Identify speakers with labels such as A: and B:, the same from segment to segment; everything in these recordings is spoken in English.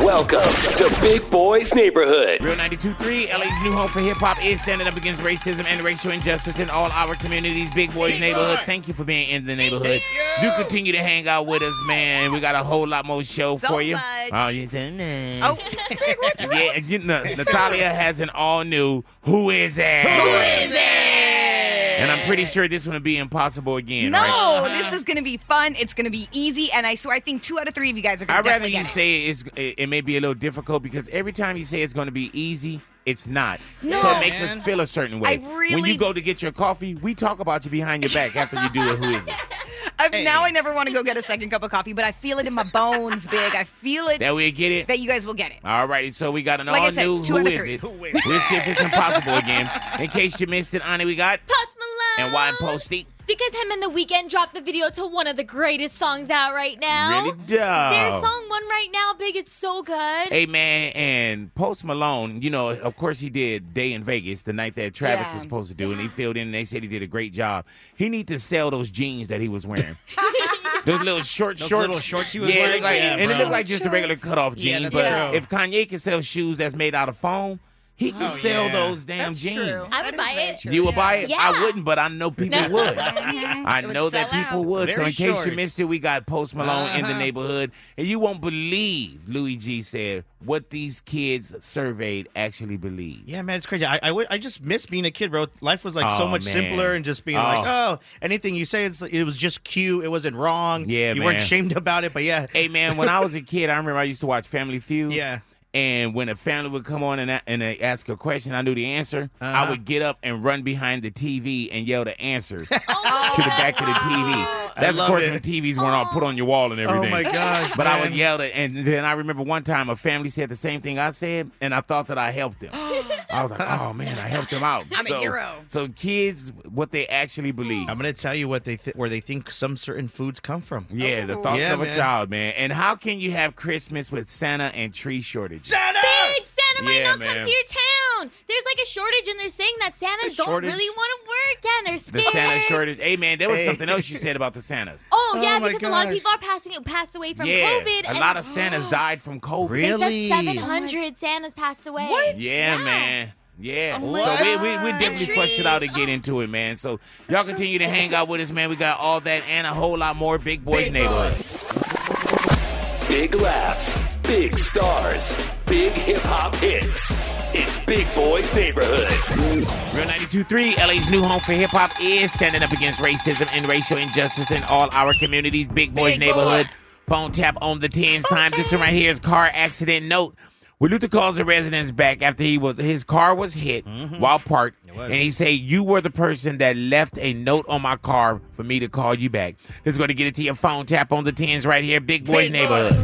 A: Welcome to Big Boy's Neighborhood.
B: Real 92.3, LA's new home for hip hop is standing up against racism and racial injustice in all our communities. Big Boys Neighborhood, thank you for being in the neighborhood.
C: Thank you.
B: Do continue to hang out with us, man. We got a whole lot more show
C: So
B: for you.
C: much.
B: Oh, you think, man.
C: Oh, Big, what's wrong?
B: Yeah, you know, Natalia has an all new Who Is That? Who Is That? And I'm pretty sure this one will be impossible again,
C: No,
B: right? Uh-huh.
C: this is going to be fun. It's going to be easy, and I swear, I think two out of three of you guys are going
B: I'd
C: to
B: rather
C: definitely
B: you
C: get it.
B: say it's, it, it may be a little difficult because every time you say it's going to be easy, it's not.
C: No,
B: so it makes
C: man.
B: us feel a certain way.
C: I
B: when
C: really-
B: you go to get your coffee, we talk about you behind your back after you do it. Who is it?
C: I, Now I never want to go get a second cup of coffee, but I feel it in my bones, Big. I feel it
B: That we get it.
C: that you guys will get it.
B: All righty, so we got an
C: Like I
B: all
C: said,
B: new
C: two
B: Who
C: out of
B: is
C: three.
B: it? We'll see if it's impossible again. In case you missed it, Ani, we got
D: Post Malone.
B: and why Posty
D: Because him and The Weeknd dropped the video to one of the greatest songs out right now.
B: really
D: Their
B: does.
D: song one right now, Big, it's so good.
B: Hey man, and Post Malone, you know, of course he did Day in Vegas the night that Travis
C: Yeah.
B: was supposed to do, and he filled in, and they said he did a great job. He need to sell those jeans that he was wearing. those little short
E: Those
B: shorts.
E: little shorts he was
B: yeah, it
E: wearing?
B: looked like,
E: Yeah,
B: and it
E: bro.
B: looked like just a regular cutoff
E: Yeah,
B: jean.
E: that's
B: but
E: true.
B: if Kanye can sell shoes that's made out of foam, he can
E: Oh,
B: sell
E: yeah.
B: those damn jeans.
D: I would
C: That is
D: buy
C: very
D: it.
C: true.
B: You would buy it? I
D: Yeah.
B: wouldn't, but I know people
D: No.
B: would.
C: Mhm.
B: I
C: It would
B: know that
C: sell out.
B: people would. so,
E: Very
B: in case you
E: short.
B: missed it, we got Post Malone in the
E: Uh-huh.
B: neighborhood. And you won't believe, Louis G said, what these kids surveyed actually believe.
E: Yeah, man, it's crazy. I, I, w- I just miss being a kid, bro. Life was like
B: Oh,
E: so much
B: man.
E: simpler and just being
B: Oh.
E: like, oh, anything you say, it's, it was just cute. It wasn't wrong.
B: Yeah,
E: you weren't
B: man.
E: shamed about it, but yeah,
B: Hey, man, when I was a kid, I remember I used to watch Family Feud.
E: yeah.
B: And when a family would come on and, a- and they ask a question, I knew the answer. I
E: Uh-huh.
B: would get up and run behind the TV and yell the answer to
D: Oh my
B: the back of the TV.
D: God.
B: That's, of
E: love
B: course,
E: it.
B: when TVs weren't all put on your wall and everything.
E: Oh my gosh,
B: But I would
E: man.
B: yell it, and then I remember one time a family said the same thing I said, and I thought that I helped them. I was like, "Oh man, I helped them out."
C: I'm a hero.
B: So kids, what they actually believe.
E: I'm gonna tell you what they th- where they think some certain foods come from.
B: yeah,
C: Oh.
B: the thoughts
E: Yeah,
B: of a
E: man.
B: child, man. And how can you have Christmas with Santa and tree shortage?
D: Big Santa might
B: Yeah,
D: not
B: man.
D: come to your town. There's like a shortage, and they're saying that Santas don't
E: shortage.
D: really want to work, yeah, and they're
B: the
D: scared.
B: Santa shortage. Hey man, there was
E: Hey.
B: something else you said about the Santas.
D: Oh,
E: Oh
D: yeah,
E: my
D: because a lot of
E: gosh.
D: people are passing passed away from
B: yeah,
D: COVID.
B: a
D: and
B: lot of Santas
C: Oh.
B: died from COVID.
E: Really?
D: They said 700 Santas passed away.
C: What?
B: Yeah, man. Yeah.
C: my
B: so we, we, we
C: God.
B: definitely flush it out and get into it, man. So y'all continue to hang out with us, man. We got all that and a whole lot more Big Boys Neighborhood.
A: Big laughs, big stars, big hip hop hits. It's Big Boy's Neighborhood.
B: Real 92.3, LA's new home for hip hop is standing up against racism and racial injustice in all our communities. Big Boys
C: Big
B: Neighborhood.
C: boy.
B: Phone tap on the 10s time. This one right here is car accident note. Where Luther calls the residents back after he was his car was hit while parked,
E: was.
B: and he say, "You were the person that left a note on my car for me to call you back." This is going to get it to your phone. Tap on the tens right here, Big Boys
C: Big boy.
B: Neighborhood.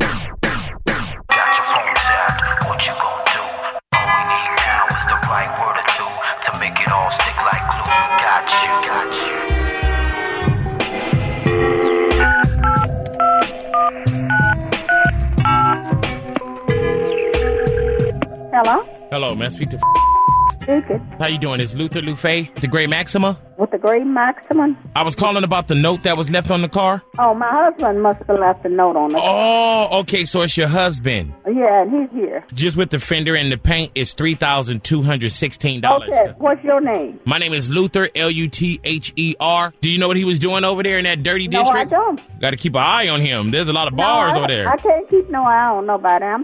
F: Got your phone tapped, what you gon' do? All we need now is the right word or two to make it all stick like glue. Got you, got you.
G: Hello?
H: Hello, man. Speak to.
G: Lucas
H: How you doing? It's Luther Lufay, the Great Maxima.
G: with the great maximum.
H: I was calling about the note that was left on the car.
G: Oh, my husband must have left a note on it.
H: Oh, okay. So it's your husband.
G: Yeah, and he's here.
H: Just with the fender and the paint, it's three thousand two hundred sixteen dollars.
G: Okay, what's your name?
H: My name is Luther L U T H E R. Do you know what he was doing over there in that dirty
G: No, I
H: district?
G: don't.
H: Got to keep an eye on him. There's a lot of bars
G: No, I-
H: over there.
G: I can't keep no eye on nobody. I'm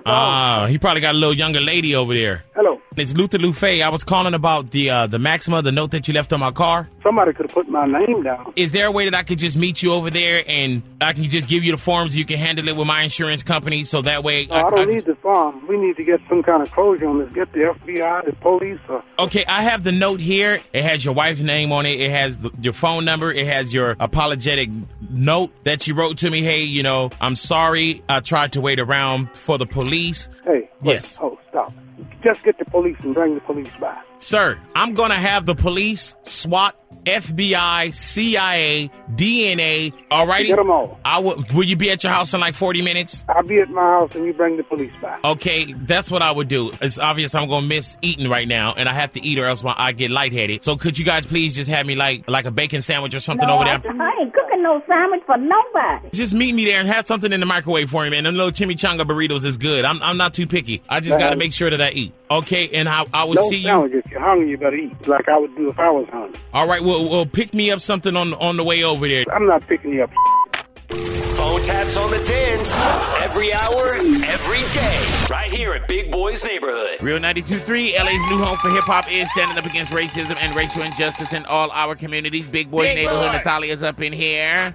H: Ah,
G: sorry.
H: he probably got a little younger lady over there.
I: Hello.
H: It's Luther Lufay. I was calling about the uh, the Maxima, the note that you left on my car.
I: Somebody could have put my name down.
H: is there a way that I could just meet you over there and I can just give you the forms you can handle it with my insurance company so that way
I: No, I, don't need the farm. We need to get some kind of closure on this. Get the FBI, the police, or
H: Okay, I have the note here. It has your wife's name on it. It has the, your phone number. It has your apologetic note that you wrote to me. Hey, you know, I'm sorry. I tried to wait around for the police.
I: hey. wait,
H: Yes.
I: Oh, stop.
J: Just get the police and bring the police by.
B: Sir, I'm going to have the police, SWAT, FBI, CIA, DNA, alrighty?
J: Get 'em all.
B: I will, will you be at your house in like 40 minutes?
J: I'll be at my house and you bring the police by.
B: Okay, that's what I would do. It's obvious I'm gonna miss eating right now, and I have to eat or else my, I get lightheaded. So could you guys please just have me like like a bacon sandwich or something over there?
K: I ain't cooking no sandwich for nobody.
B: Just meet me there and have something in the microwave for me, man. Them little chimichanga burritos is good. I'm, I'm not too picky. I just gotta make sure that I eat. Okay, and I, I will
J: No
B: see you.
J: sandwich. If you're hungry, you better eat like I would do if I was hungry.
B: All right, well, well, pick me up something on on the way over there.
J: I'm not picking you up.
A: Phone taps on the tins every hour, every day, right here at Big Boy's Neighborhood.
B: Real 92.3, LA's new home for hip hop is standing up against racism and racial injustice in all our communities. Big Boy Neighborhood, Natalia's up in here.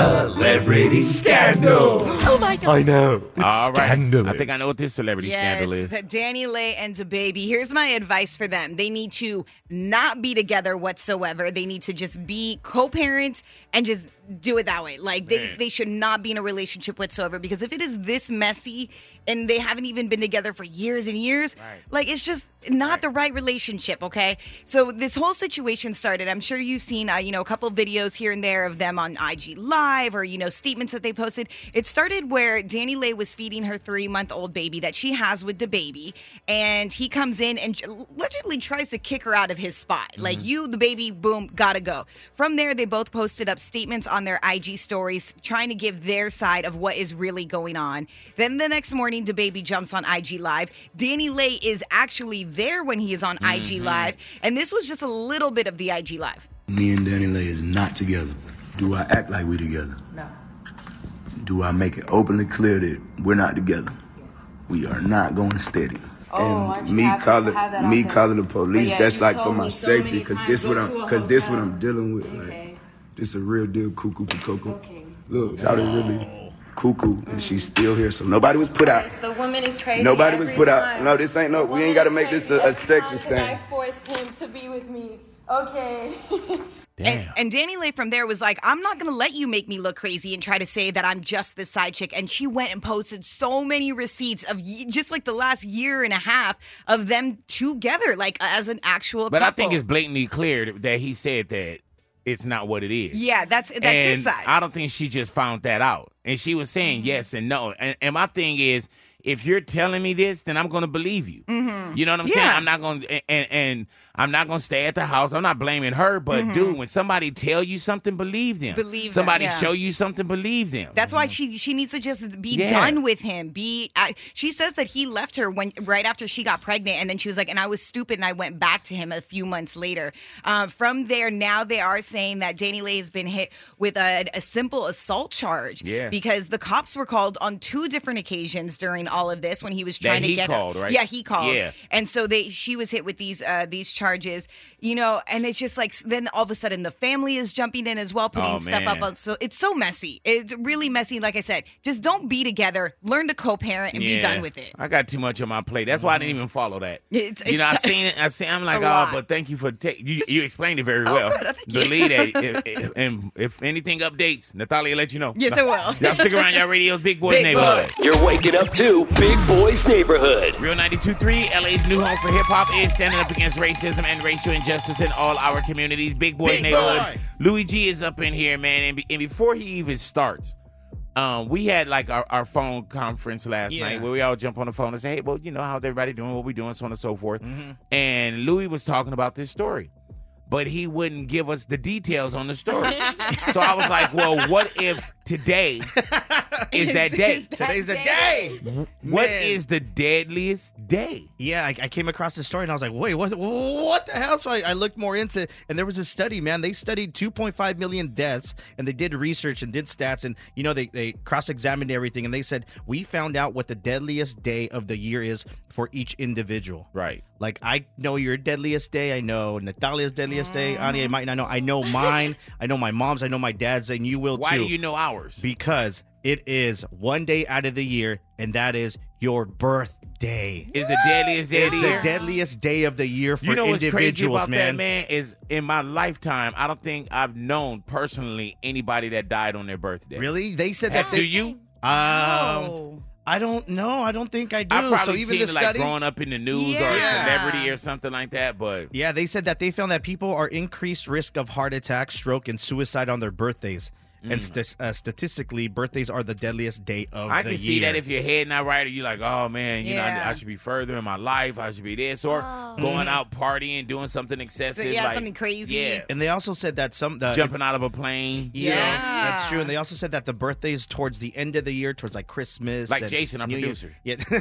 A: Celebrity scandal.
D: Oh my god.
B: All right. I think I know what this celebrity scandal
C: Yes,
B: is.
C: Danny Lay and DaBaby. Here's my advice for them. They need to not be together whatsoever. They need to just be co-parents and just do it that way. Like they,
B: Man.
C: they should not be in a relationship whatsoever because if it is this messy and they haven't even been together for years and years, like it's just not the right relationship, okay? So this whole situation started. I'm sure you've seen uh, you know a couple videos here and there of them on IG live or you know statements that they posted. It started where Danny Lay was feeding her 3-month-old baby that she has with the baby and he comes in and allegedly tries to kick her out of his spot. Like you the baby boom gotta go. From there they both posted up statements on their IG stories trying to give their side of what is really going on. Then the next morning the baby jumps on IG live. Danny Lay is actually there when he is on IG live and this was just a little bit of the IG live.
L: Me and Danny Lay is not together. Do I act like we're together? No. Do I make it openly clear that we're not together? We are not going steady. and me calling, me calling the police. that's like for my safety, cause this what I'm, cause this what I'm dealing with. Like, this a real deal, cuckoo for cocoa. Look, y'all is really cuckoo, and she's still here. So nobody was put out.
F: The woman is crazy.
L: Nobody was put out. No, this ain't no. We ain't got to make this a, a sexist
F: I
L: thing.
F: forced him to be with me. Okay.
B: Damn.
C: And Danny Lay from there was like, I'm not going to let you make me look crazy and try to say that I'm just this side chick. And she went and posted so many receipts of ye- just like the last year and a half of them together, like as an actual
B: But I
C: couple.
B: think it's blatantly clear that he said that it's not what it is.
C: Yeah, that's that's
B: and
C: his side. Mm-hmm.
B: I don't think she just found that out. And she was saying yes and no. And, and my thing is, if you're telling me this, then I'm going to believe you. Mm. You know what I'm saying?
C: Yeah.
B: I'm not going to, and, and I'm not going to stay at the house. I'm not blaming her, but dude, when somebody tell you something, believe them.
C: Mm-hmm. Believe them,
B: Somebody
C: yeah.
B: show you something, believe them.
C: That's why she she needs to just be
B: Yeah.
C: done with him. Be I, she says that he left her when right after she got pregnant, and then she was like, "And I was stupid, and I went back to him a few months later." Um, from there, now they are saying that Danny Lay has been hit with a, a simple assault charge.
B: Yeah.
C: because the cops were called on two different occasions during all of this when he was
B: That
C: trying to
B: he
C: get
B: called,
C: her.
B: right?
C: Yeah, he called.
B: Yeah.
C: And so they she was hit with these uh, these charges, you know, and it's just like then all of a sudden the family is jumping in as well, putting
B: Oh,
C: stuff up
B: man.
C: on so it's so messy. It's really messy. Like I said, just don't be together. Learn to co-parent and be done with it. Mm-hmm.
B: I got too much on my plate. That's why I didn't even follow that.
C: It's-
B: you know, I
C: it's-
B: seen it. I seen. I'm like,
C: a
B: oh,
C: lot. Oh,
B: but thank you for taking. You, you explained it very well.
C: good, thank you.
B: Believe that. If- if- and if anything updates, Natalia let you know.
C: Yes, I will.
B: Y'all stick around. Y'all radios, big boy
C: Big
B: neighborhood.
A: You're waking up to Big Boy's Neighborhood.
B: Real 92.3, LA's new home for hip hop is standing up against racism and racial injustice in all our communities. Big boy
E: Big
B: neighborhood.
E: boy.
B: Louis G is up in here, man. And, be- and before he even starts, um, we had like our, our phone conference last
E: Yeah.
B: night where we all jump on the phone and say, hey, well, you know, how's everybody doing? What we doing? So on and so forth.
E: Mm-hmm.
B: And Louis was talking about this story, but he wouldn't give us the details on the story. so I was like, well, what if today is that day?
E: Today's the day.
B: What
E: Man.
B: is the deadliest day?
E: Yeah, I, I came across this story and I was like, wait, what, what the hell? So I, I looked more into it, and there was a study, man. They studied 2.5 million deaths and they did research and did stats. And, you know, they, they cross examined everything and they said, we found out what the deadliest day of the year is for each individual.
B: Right.
E: Like, I know your deadliest day. I know Natalia's deadliest day. Anya might not know. I know mine. I know my mom's. I know my dad's. And you will
B: Why
E: too.
B: do you know ours?
E: Because it is one day out of the year, and that is your birthday.
B: Is the deadliest day of
E: It's
B: the
E: the
B: year.
E: deadliest day of the year for
B: You know what's
E: individuals,
B: crazy about
E: man.
B: that, man? Is in my lifetime, I don't think I've known personally anybody that died on their birthday.
E: Really? They Oh. said
B: Ha-
E: that.
B: Do
E: They,
B: you?
E: Um,
C: Oh.
E: I don't know. I don't think I do.
B: I probably
E: so even
B: seen
E: the
B: it like
E: study-
B: growing up in the news or a
E: Yeah.
B: celebrity or something like that, but
E: Yeah, they said that they found that people are increased risk of heart attack, stroke, and suicide on their birthdays. And stas- uh, statistically, birthdays are the deadliest day of
B: Mm. I
E: the
B: can see that
E: year.
B: if your head not right, or you're like, oh man, you know,
C: Yeah.
B: I, I should be further in my life. I should be this or
E: Mm-hmm.
B: going out partying, doing something excessive,
C: yeah,
B: like
C: something crazy.
B: Yeah,
E: And uh, they also said that some the,
B: jumping out of a plane.
E: Yeah,
C: Yeah.
E: that's true. And they also said that the birthdays towards the end of the year, towards like Christmas,
B: Like
E: and
B: Jason, our
E: New Year's-
B: producer.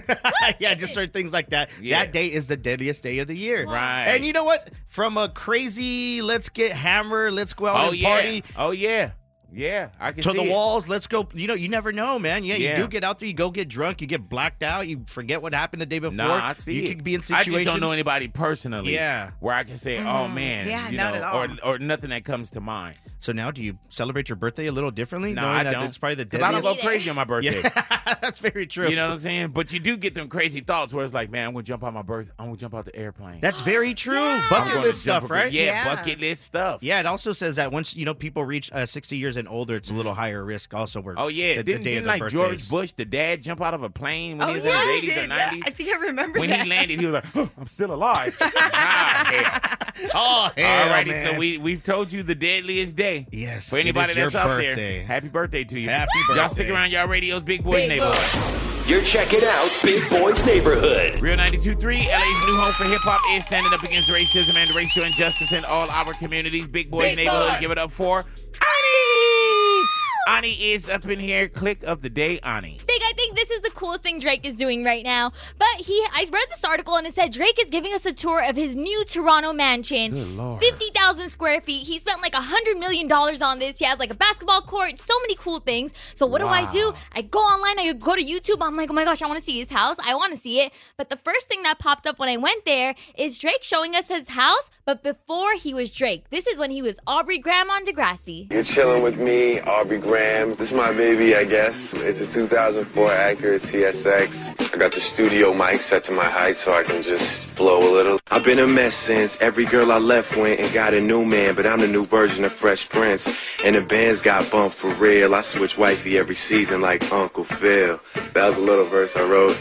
E: Yeah, yeah, just certain things like that.
B: Yeah.
E: That day is the deadliest day of the year.
B: Right.
E: And you know what? From a crazy, let's get hammered, let's go out
B: Oh
E: and
B: yeah.
E: party.
B: Oh yeah. Yeah. I can
E: To
B: see
E: the
B: it.
E: walls, let's go. You know, you never know, man. Yeah,
B: Yeah.
E: you do get out there, you go get drunk, you get blacked out, you forget what happened the day before.
B: Nah, I see.
E: You
B: it.
E: could be in
B: I
E: situations.
B: just don't know anybody personally.
E: Yeah. Mm-hmm.
B: Where I can say, oh man,
C: Yeah,
B: you
C: not
B: know,
C: at all.
B: or or nothing that comes to mind.
E: So now, do you celebrate your birthday a little differently?
B: No,
E: knowing
B: I
E: that
B: don't.
E: It's probably the
B: Because I don't
E: deadliest.
B: go crazy on my birthday.
E: yeah, that's very true.
B: You know what I'm saying? But you do get them crazy thoughts where it's like, man, I'm gonna jump out my birth. I'm gonna jump out the airplane.
E: That's very true.
B: I'm
E: Bucket
B: gonna
E: list stuff,
B: jump up-
E: right?
B: Yeah,
C: Yeah.
B: bucket list stuff.
E: Yeah, it also says that once you know people reach uh, 60 years and older, it's a little higher risk. Also, where
B: Mm-hmm. Oh yeah,
E: the, the
B: didn't,
E: day
B: didn't
E: of the
B: like
E: birthdays.
B: George Bush, the dad, jump out of a plane when
C: Oh
B: he was
C: yeah,
B: in
C: I
B: his 80s
C: did.
B: or
C: that.
B: 90s?
C: I think I remember
B: when
C: that.
B: he landed, he was like, "Huh, "I'm still alive." ah, hell.
E: Oh, hell,
B: Alrighty,
E: man.
B: so we we've told you the deadliest day.
E: Yes,
B: For
E: it
B: anybody
E: is your
B: that's out
E: birthday.
B: there, happy birthday to you.
E: Happy
B: Y'all stick
E: birthday.
B: around, y'all radios, Big Boys Neighborhood.
A: You're checking out Big Boy's Neighborhood.
B: Real 92.3, LA's new home for hip hop is standing up against racism and racial injustice in all our communities. Big Boys
D: Big
B: Neighborhood,
D: Boy.
B: give it up for Ani! Ani is up in here. Click of the day, Ani.
D: think I think this is the coolest thing Drake is doing right now. But he, I read this article and it said Drake is giving us a tour of his new Toronto mansion. Good lord, fifty thousand square feet. He spent like a hundred million dollars on this. He has like a basketball court, so many cool things. So what do I do? I go online. I go to YouTube. I'm like, oh my gosh, I want to see his house. I want to see it. But the first thing that popped up when I went there is Drake showing us his house, but before he was Drake. This is when he was Aubrey Graham on Degrassi.
M: You're chilling with me, Aubrey Graham. This is my baby, I guess. It's a 2004 Accura TSX. I got the studio mic set to my height so I can just blow a little. I've been a mess since every girl I left went and got a new man, but I'm the new version of Fresh Prince. And the band's got bumped for real. I switch wifey every season like Uncle Phil. That was a little verse I wrote.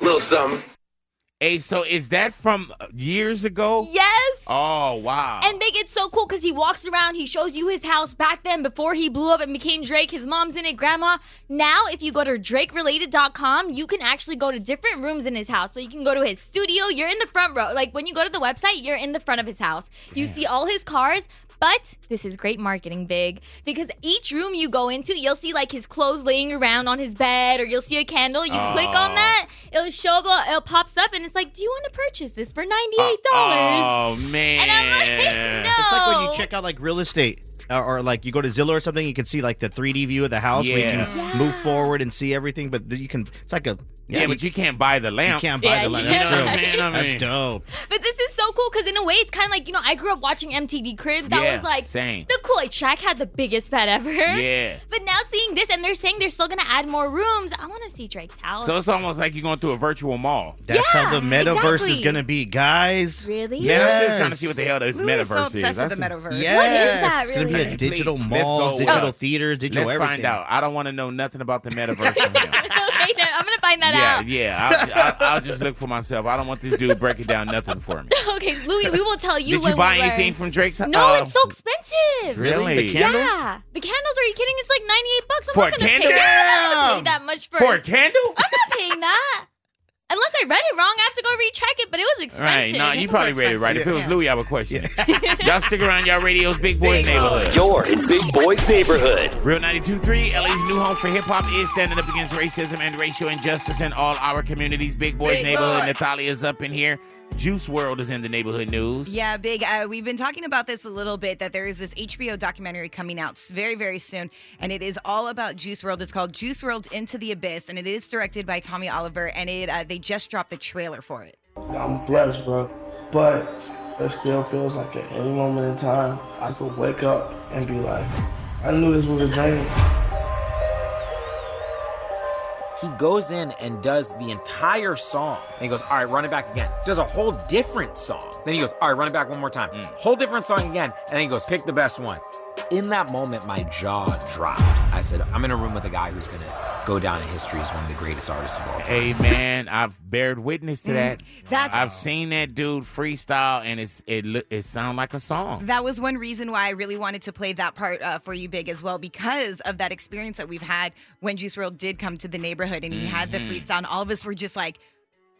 M: Little something.
B: Hey, so is that from years ago?
D: Yes.
B: Oh, wow.
D: And they get so cool because he walks around, he shows you his house back then before he blew up and became Drake. His mom's in it, grandma. Now, if you go to drakerelated.com, you can actually go to different rooms in his house. So you can go to his studio, you're in the front row. Like when you go to the website, you're in the front of his house. You see all his cars. But this is great marketing, Big, because each room you go into, you'll see like his clothes laying around on his bed, or you'll see a candle. You click on that, it'll show up, it pops up, and it's like, "Do you want to purchase this for ninety-eight dollars?"
B: Oh, man.
D: And I'm like, no.
E: It's like when you check out like real estate. Or, or like you go to Zillow or something, you can see like the 3D view of the house where you can
B: Yeah.
E: move forward and see everything. But then you can, it's like a
B: Yeah, but you can't buy the
E: you
B: lamp.
E: can't buy
D: Yeah,
E: the
D: you
E: land.
D: can't
E: That's
D: buy
E: true.
D: it.
B: You know what I mean?
E: That's dope.
D: But this is so cool because in a way, it's kind of like you know, I grew up watching MTV Cribs. That
B: Yeah,
D: was like
B: same.
D: the coolest. Shaq had the biggest pet ever.
B: Yeah.
D: But now seeing this, and they're saying they're still gonna add more rooms. I want to see Drake's house.
B: So it's almost like you're going through a virtual mall.
E: That's
D: Yeah,
E: how the metaverse is
D: exactly.
E: going to be, guys.
D: Really?
B: Man, I'm still
E: Yes.
B: trying to see what the hell this
C: Louis is
B: metaverse
C: so obsessed
B: is.
C: with the
B: That's-
C: metaverse.
E: Yes.
D: that,
E: It's going to be a
D: really?
B: Please,
E: digital
B: let's go
E: malls,
B: with
E: digital
B: us.
E: theaters, digital
B: Let's
E: everything.
B: find out. I don't want to know nothing about the metaverse. from him.
D: okay, then I'm gonna find that
B: yeah,
D: out.
B: yeah. I'll, I'll, I'll just look for myself. I don't want this dude breaking down nothing for me.
D: Okay, Louis, we will tell you.
B: Did
D: when
B: you buy
D: we learn.
B: anything from Drake's?
D: No,
B: uh,
D: it's so expensive.
B: Really?
E: The candles?
D: Yeah, the candles. Are you kidding? It's like ninety-eight bucks. I'm
B: For
D: not
B: a
D: gonna
B: candle?
D: pay that. I'm not gonna pay
B: Damn.
D: that much for.
B: for a
D: it.
B: candle.
D: I'm not paying that. Unless I read it wrong, I have to go recheck it. But it was
B: Right?
D: expensive.
B: No, you probably read it right. If it was Louis, I would question it. y'all stick around. Y'all radios, big boy
D: Big
B: neighborhood.
A: You're in Big Boy's Neighborhood.
B: Real 92.3, LA's new home for hip hop is standing up against racism and racial injustice in all our communities. Big Boys
D: Big
B: Neighborhood,
D: boy.
B: Nathalia's up in here. Juice World is in the neighborhood news.
C: Yeah, big. Uh, we've been talking about this a little bit that there is this HBO documentary coming out s- very, very soon, and it is all about Juice World. It's called Juice World Into the Abyss, and it is directed by Tommy Oliver, and it uh, they just dropped the trailer for it.
N: I'm blessed, bro. But it still feels like at any moment in time, I could wake up and be like, I knew this was a dream.
O: He goes in and does the entire song. And he goes, all right, run it back again. Does a whole different song. Then he goes, all right, run it back one more time.
B: Mm.
O: Whole different song again. And then he goes, pick the best one. In that moment, my jaw dropped. I said, I'm in a room with a guy who's going to go down in history as one of the greatest artists of all time. Mm.
B: Hey man, I've bared witness to that.
C: That's-
B: I've seen that dude freestyle, and it's it loo- it sound like a song.
C: That was one reason why I really wanted to play that part uh, for you, Big, as well, because of that experience that we've had when Juice World did come to the neighborhood and he had the
B: Mhm.
C: freestyle. And all of us were just like,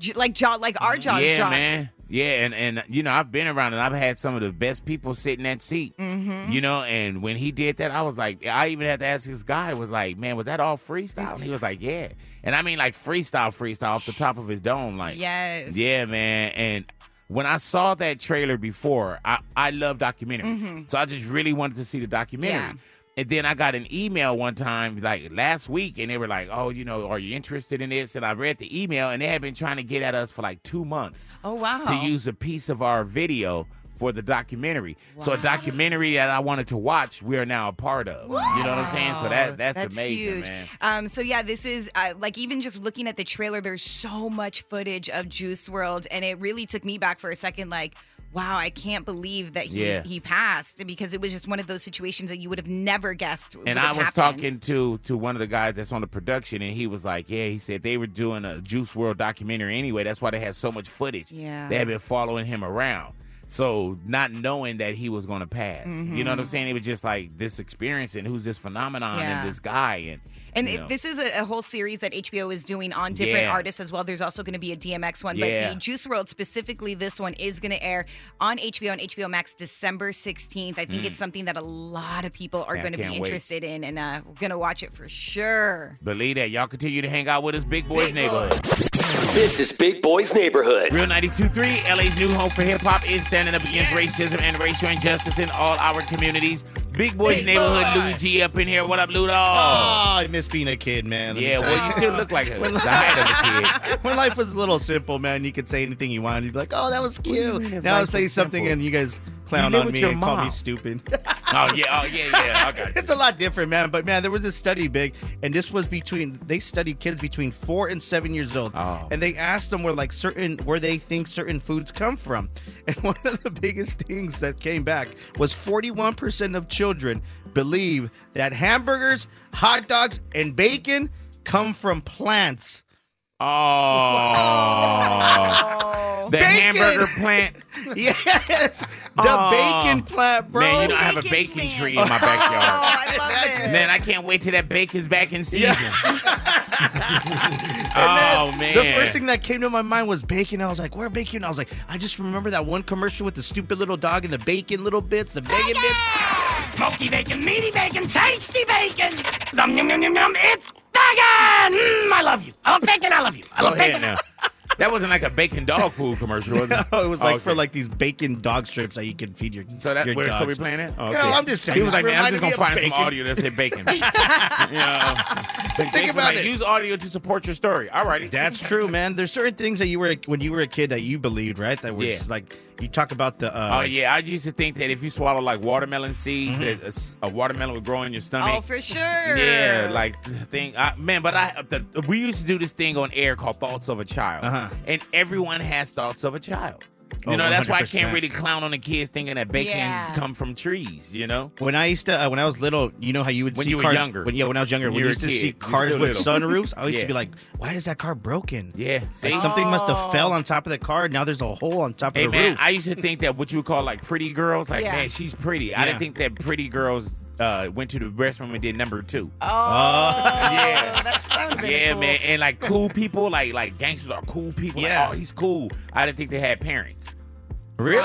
C: j- like jaw, like our jaws
B: yeah,
C: dropped.
B: man. Yeah, and and you know I've been around, and I've had some of the best people sit in that seat.
C: Mhm.
B: You know, and when he did that, I was like, I even had to ask his guy. Was like, man, was that all freestyle? And he was like, yeah. And I mean, like freestyle, freestyle off the top of his dome, like.
C: Yes.
B: Yeah, man. And when I saw that trailer before, I, I love documentaries.
C: Mm-hmm.
P: Mhm.
B: So I just really wanted to see the documentary.
P: Yeah.
B: And then I got an email one time, like last week, and they were like, oh, you know, are you interested in this? And I read the email, and they had been trying to get at us for like two months
C: Oh, wow.
B: to use a piece of our video for the documentary. So a documentary that I wanted to watch, we are now a part of. You know what I'm saying? So that that's,
C: That's
B: amazing,
C: huge.
B: man.
C: Um, so yeah, this is uh, like even just looking at the trailer, there's so much footage of Juice World, and it really took me back for a second, like. Wow, I can't believe that he,
B: Yeah.
C: he passed because it was just one of those situations that you would have never guessed. would
B: and I
C: have
B: was
C: happened.
B: talking to to one of the guys that's on the production, and he was like, "Yeah," he said they were doing a Juice World documentary anyway. That's why they had so much footage.
P: Yeah.
B: they had been following him around. So not knowing that he was going to pass, you know what I'm
C: Mhm.
B: saying? It was just like this experience and who's this phenomenon
C: Yeah.
B: and this guy and
C: And
B: you
C: it,
B: know.
C: this is a, a whole series that HBO is doing on different
B: Yeah.
C: artists as well. There's also going to be a DMX one,
B: Yeah.
C: but the Juice World specifically, this one is going to air on HBO and HBO Max December 16th. I think
B: Mm.
C: it's something that a lot of people are
B: Man, I
C: going to be
B: can't wait.
C: interested in, and uh, we're going to watch it for sure.
B: believe that y'all continue to hang out with us, Big Boys Neighborhood.
A: This is Big Boys Neighborhood.
B: Real 92.3, LA's new home for hip hop, is standing up against racism and racial injustice in all our communities. Big Boys Neighborhood, Louis G up in here. What up, Ludo?
E: Oh, I miss being a kid, man. Let me
B: yeah,
E: tell
B: well, you still look like a the height of a kid.
E: when life was a little simple, man, you could say anything you wanted. You'd be like, "Oh, that was
B: mean if
E: cute." Now I
B: life
E: say
B: was
E: something,
B: simple?
E: and you guys clown
B: live
E: on
B: with
E: me
B: your
E: and call me
B: mom.
E: stupid.
B: Oh, yeah, oh, yeah, yeah. I got you.
E: it's a lot different, man. But man, there was this study, big, and this was between they studied kids between four and seven years old,
B: Oh.
E: and they asked them where like certain where they think certain foods come from, and one of the biggest things that came back was forty one percent of children believe that hamburgers, hot dogs, and bacon come from plants.
B: Oh. the
E: Bacon!
B: hamburger plant.
E: yes, the
B: Oh.
E: bacon plant, bro. Oh,
B: Man, you know, I have a bacon tree in my backyard.
C: I love it.
B: Man, I can't wait till that bacon's back in season.
E: And
B: oh,
E: then
B: man.
E: The first thing that came to my mind was bacon. I was like, "Where bacon?" I was like, "I just remember that one commercial with the stupid little dog and the bacon little bits, the bacon bits,
P: smoky bacon, meaty bacon, tasty bacon. Yum, yum, yum, yum, yum. It's bacon. Mm, I love you. I love bacon. I love you. I
B: Go
P: love
B: ahead
P: bacon.
B: now. That wasn't like a bacon dog food commercial, was it?
E: No, it was like for
B: Okay.
E: like these bacon dog strips that you can feed your
B: So that
E: your
B: where, so
E: dogs.
B: we playing that?
E: No, I'm just saying.
B: He was
E: this
B: like, man, I'm
E: reminded
B: just
E: me
B: gonna
E: of
B: find
E: bacon."
B: some audio that said bacon. you know, Think
E: about it.
B: Use audio to support your story. All righty.
E: That's true, man. There's certain things that you were when you were a kid that you believed, right? That was
B: Yeah.
E: like you talk about the. Uh,
B: Oh yeah, I used to think that if you swallow like watermelon seeds,
E: Mm-hmm.
B: that a s- a, watermelon would grow in your stomach.
C: Oh, for sure.
B: Yeah, like the thing, I, man. But I, the, we used to do this thing on air called "Thoughts of a Child,"
P: Uh-huh.
B: and everyone has thoughts of a child. You
E: Oh,
B: know, that's why I can't
E: 100%.
B: really clown on the kids thinking that bacon
E: Yeah.
B: come from trees. You know,
E: When I used to, uh, when I was little, you know how you would
B: When
E: see
B: you were
E: cars,
B: younger.
E: When, yeah, when I was younger,
B: When
E: we
B: you were
E: used
B: a
E: to
B: kid,
E: see
B: you're
E: cars
B: still
E: with
B: little.
E: sunroofs. I used
B: Yeah.
E: to be like, "Why is that car broken?
B: Yeah, see?
E: like, something
C: Oh.
E: must have fell on top of the car. Now there's a hole on top of
B: Hey
E: the
B: man,
E: roof."
B: I used to think that what you would call like pretty girls, like
E: Yeah.
B: man, she's pretty. I didn't
E: Yeah.
B: think that pretty girls uh, went to the restroom and did number two.
C: Oh.
E: Oh.
P: yeah.
B: Oh, yeah, man, and like cool people, like like gangsters are cool people. Yeah, oh, he's cool. I didn't think they had parents.
E: Really?
B: Yeah,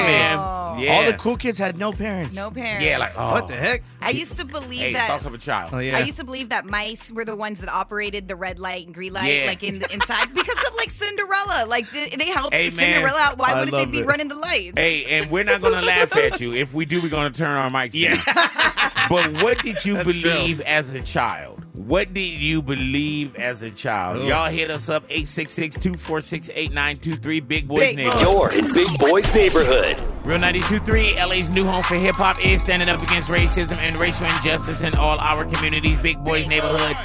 C: Oh.
B: man. Yeah.
E: All the cool kids had Oh. no parents.
C: No parents.
B: Yeah, like oh.
E: what the heck?
C: I used to believe
B: Hey,
C: that.
B: thoughts of a child.
E: Oh, yeah.
C: I used to believe that mice were the ones that operated the red light and green light,
B: Yeah.
C: like in the inside, because of like Cinderella. Like they, they helped
B: Hey, man.
C: Cinderella out. Why
B: I
C: wouldn't they
B: love
C: be
B: it.
C: running the lights?
B: Hey, and we're not gonna laugh at you. If we do, we're gonna turn our mics down. But what did you believe as a child? What did you believe as a child?
P: Ugh.
B: Y'all hit us up 866-246-8923 Big Boys
P: Big
B: Neighborhood.
P: You're in Big Boys Neighborhood.
B: Real 92.3, LA's new home for hip hop is standing up against racism and racial injustice in all our communities, Big Boys Neighborhood.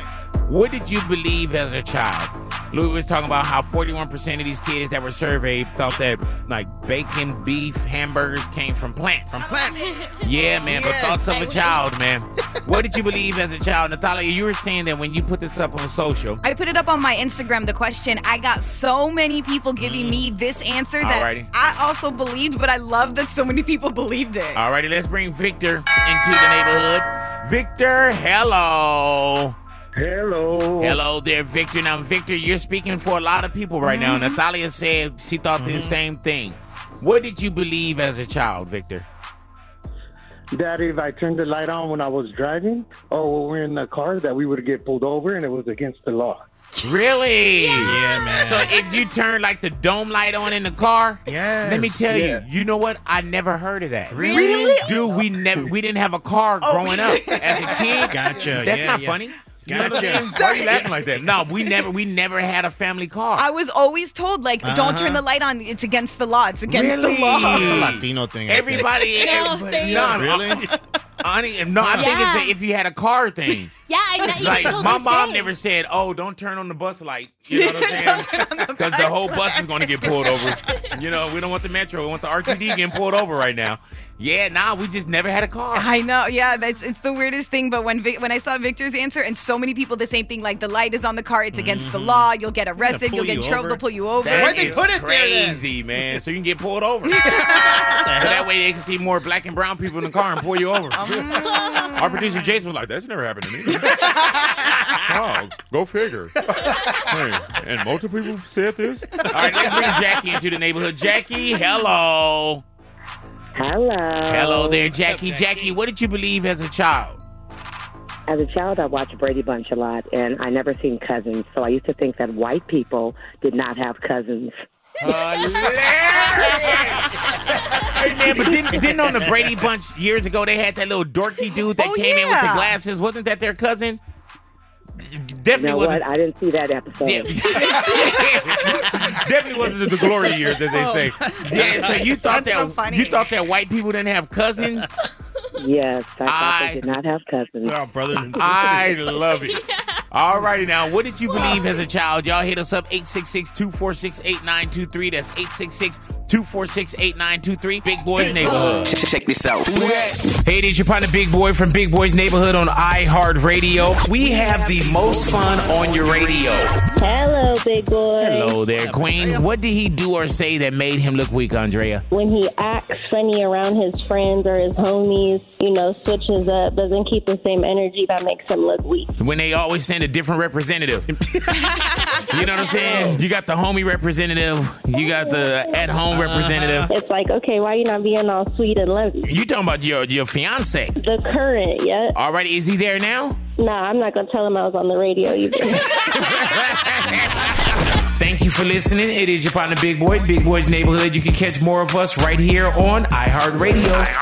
B: What did you believe as a child? Louis was talking about how 41% of these kids that were surveyed thought that like bacon, beef, hamburgers came from plants. From
E: plants.
B: Yeah, man.
E: Yes.
B: But thoughts of a child, man. what did you believe as a child, Natalia? You were saying that when you put this up on social.
C: I put it up on my Instagram, the question. I got so many people giving me this answer that
B: Mm. Alrighty.
C: I also believed, but I love that so many people believed it.
B: Alrighty, let's bring Victor into the neighborhood. Victor, hello.
Q: Hello.
B: Hello there, Victor. Now, Victor, you're speaking for a lot of people right now. Natalia said she thought the same thing. What did you believe as a child, Victor?
Q: That if I turned the light on when I was driving or when we were in the car, that we would get pulled over and it was against the law.
B: Really? Yeah, man. So if you turn like the dome light on in the car, yeah. Let me tell
Q: Yeah.
B: you, you know what? I never heard of that.
Q: Really? Really?
B: Dude,
E: Oh.
B: we never we didn't have a car
Q: Oh.
B: growing up as a kid.
E: Gotcha.
B: That's
E: Yeah,
B: not
E: yeah.
B: funny.
E: Gotcha.
B: Why are you laughing like that? No, we never we never had a family car.
C: I was always told, like, don't turn
B: Uh-huh.
C: the light on. It's against the law. It's against
B: Really?
C: the law.
E: It's a Latino thing. I think.
B: Everybody,
D: No,
B: everybody
D: same.
B: no,
E: Really?
B: Honey, no, I think it's
D: Yeah.
B: a, if you had a car thing.
D: Yeah, I know.
B: like
D: you told
B: my
D: me
B: mom
D: same.
B: never said, "Oh, don't turn on the bus light." You know what I'm saying? Because the whole bus is going to get pulled over. You know, we don't want the metro. We want the RTD getting pulled over right now. Yeah, nah, we just never had a car.
C: I know, yeah, that's it's the weirdest thing. But when Vic, when I saw Victor's answer and so many people the same thing, like the light is on the car, it's against the law. You'll get arrested.
B: Mm-hmm. pull
C: You'll get
B: you
C: in trouble.
B: over.
C: They'll pull you over.
B: That is crazy, man. So you can get pulled over. so that way they can see more black and brown people in the car and pull you over.
C: Um,
B: Our producer Jason was like, "That's never happened to me." oh, go figure. hey, and multiple people said this. All right, let's bring Jackie into the neighborhood. Jackie, hello.
R: Hello.
B: Hello there, Jackie. Jackie, what did you believe as a child?
R: As a child, I watched Brady Bunch a lot, and I never seen cousins, so I used to think that white people did not have cousins.
B: Uh, Hey, man, but didn't, didn't on the Brady Bunch years ago they had that little dorky dude
C: Oh,
B: that came in with the
R: yeah.
B: glasses? Wasn't that their cousin? Definitely
R: you know
B: wasn't.
R: what? I didn't see that episode.
B: Definitely wasn't the glory years that they say. Yeah, Oh. so you thought that you thought that white people didn't have cousins?
R: Yes, I, thought
B: I-
R: they did not have cousins.
E: Well, brothers and
B: I love it. All righty now, what did you believe as a child? Y'all hit us up 866-246-8923. That's 866-246-8923. Big Boys Neighborhood.
S: Check, check this out.
B: Hey, it is your partner Big Boy from Big Boys Neighborhood on iHeartRadio. We have the most fun on your radio.
T: Hello, big boy.
B: Hello there, Queen. What did he do or say that made him look weak, Andrea?
T: When he acts funny around his friends or his homies, you know, switches up, doesn't keep the same energy, that makes him look weak.
B: when they always send a different representative. you know what I'm saying? You got the homie representative, you got the at home representative.
T: It's like, okay, why you not being all sweet and loving?
B: You talking about your your fiance?
T: The current, yeah.
B: All right, is he there now?
T: No, I'm not gonna tell him I was on the radio either.
B: Thank you for listening. It is your partner, Big Boy, Big Boy's Neighborhood. You can catch more of us right here on iHeartRadio.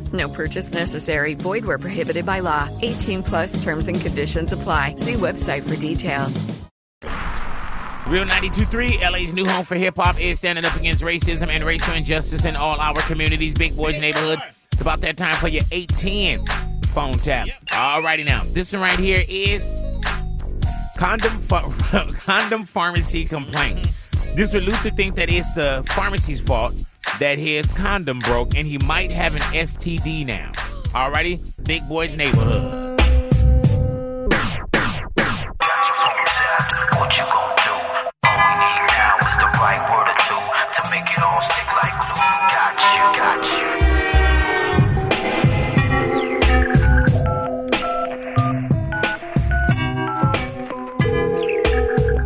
U: No purchase necessary. Void where prohibited by law. 18 plus terms and conditions apply. See website for details.
B: Real 92.3, LA's new home for hip hop, is standing up against racism and racial injustice in all our communities. Big Boys Neighborhood. It's about that time for your 810 phone tap. All righty now. This one right here is condom ph- condom pharmacy complaint. This would Luther think that it's the pharmacy's fault that his condom broke and he might have an STD now. Alrighty, Big Boys Neighborhood.
F: What you gonna do? All we need now is the right word or two to make it all stick like glue. Got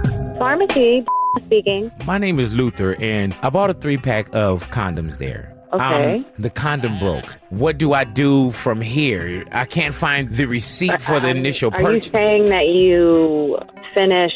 F: you, got you.
V: pharmacy. Speaking.
B: My name is Luther, and I bought a three pack of condoms there. Um,
V: Okay.
B: the condom broke. What do I do from here? I can't find the receipt for the initial
V: Are you
B: purchase.
V: saying that you finish?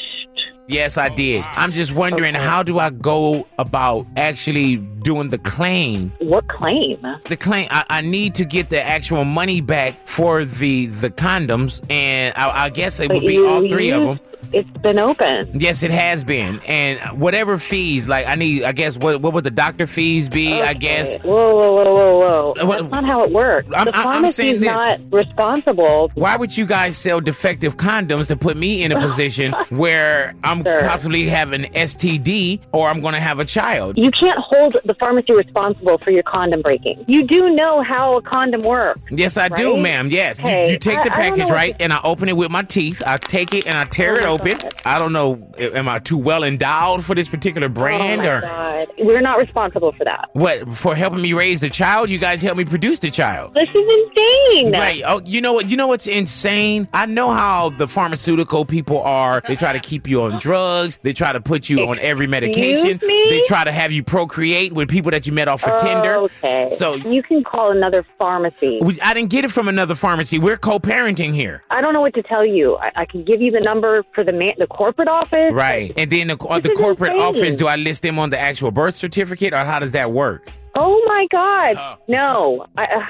B: Yes, I did. I'm just wondering how do I go about actually doing the claim?
V: What claim?
B: The claim. I, I need to get the actual money back for the the condoms, and I, I guess it would be all three of them.
V: It's been open.
B: Yes, it has been, and whatever fees, like I need, I guess what what would the doctor fees be? I guess.
V: Whoa, whoa, whoa, whoa, whoa.
B: What-
V: That's not how it works.
B: I'm-
V: the
B: I'm- I'm
V: pharmacy's
B: saying this.
V: not responsible.
B: Why would you guys sell defective condoms to put me in a position where I'm possibly having STD or I'm going to have a child?
V: You can't hold the pharmacy responsible for your condom breaking. You do know how a condom works.
B: Yes, I do,
V: Right?
B: ma'am. Yes. You-
V: Hey,
B: you, take the
V: I- I don't know Oh
B: package,
V: what
B: right? And I open it with my teeth. I take it and I tear it open. I don't know, a- am I too well endowed for this particular brand
V: oh my
B: or
V: God. We're not responsible for that.
B: what? For helping me raise the child? You guys help me produce the child.
V: This is insane.
B: Right. Oh, you know what? You know what's insane? I know how the pharmaceutical people are. They try to keep you on drugs. They try to put you on every medication.
V: me?
B: They try to have you procreate with people that you met off of Tinder.
V: Okay.
B: So
V: you can call another pharmacy.
B: We- I didn't get it from another pharmacy. We're co-parenting here.
V: I don't know what to tell you. I, I can give you the number for the man, the corporate office.
B: Right. And then the, uh, the
V: is
B: corporate
V: insane.
B: office, do I list them on the actual birth certificate or how does that work?
V: Oh my God. No. I, uh,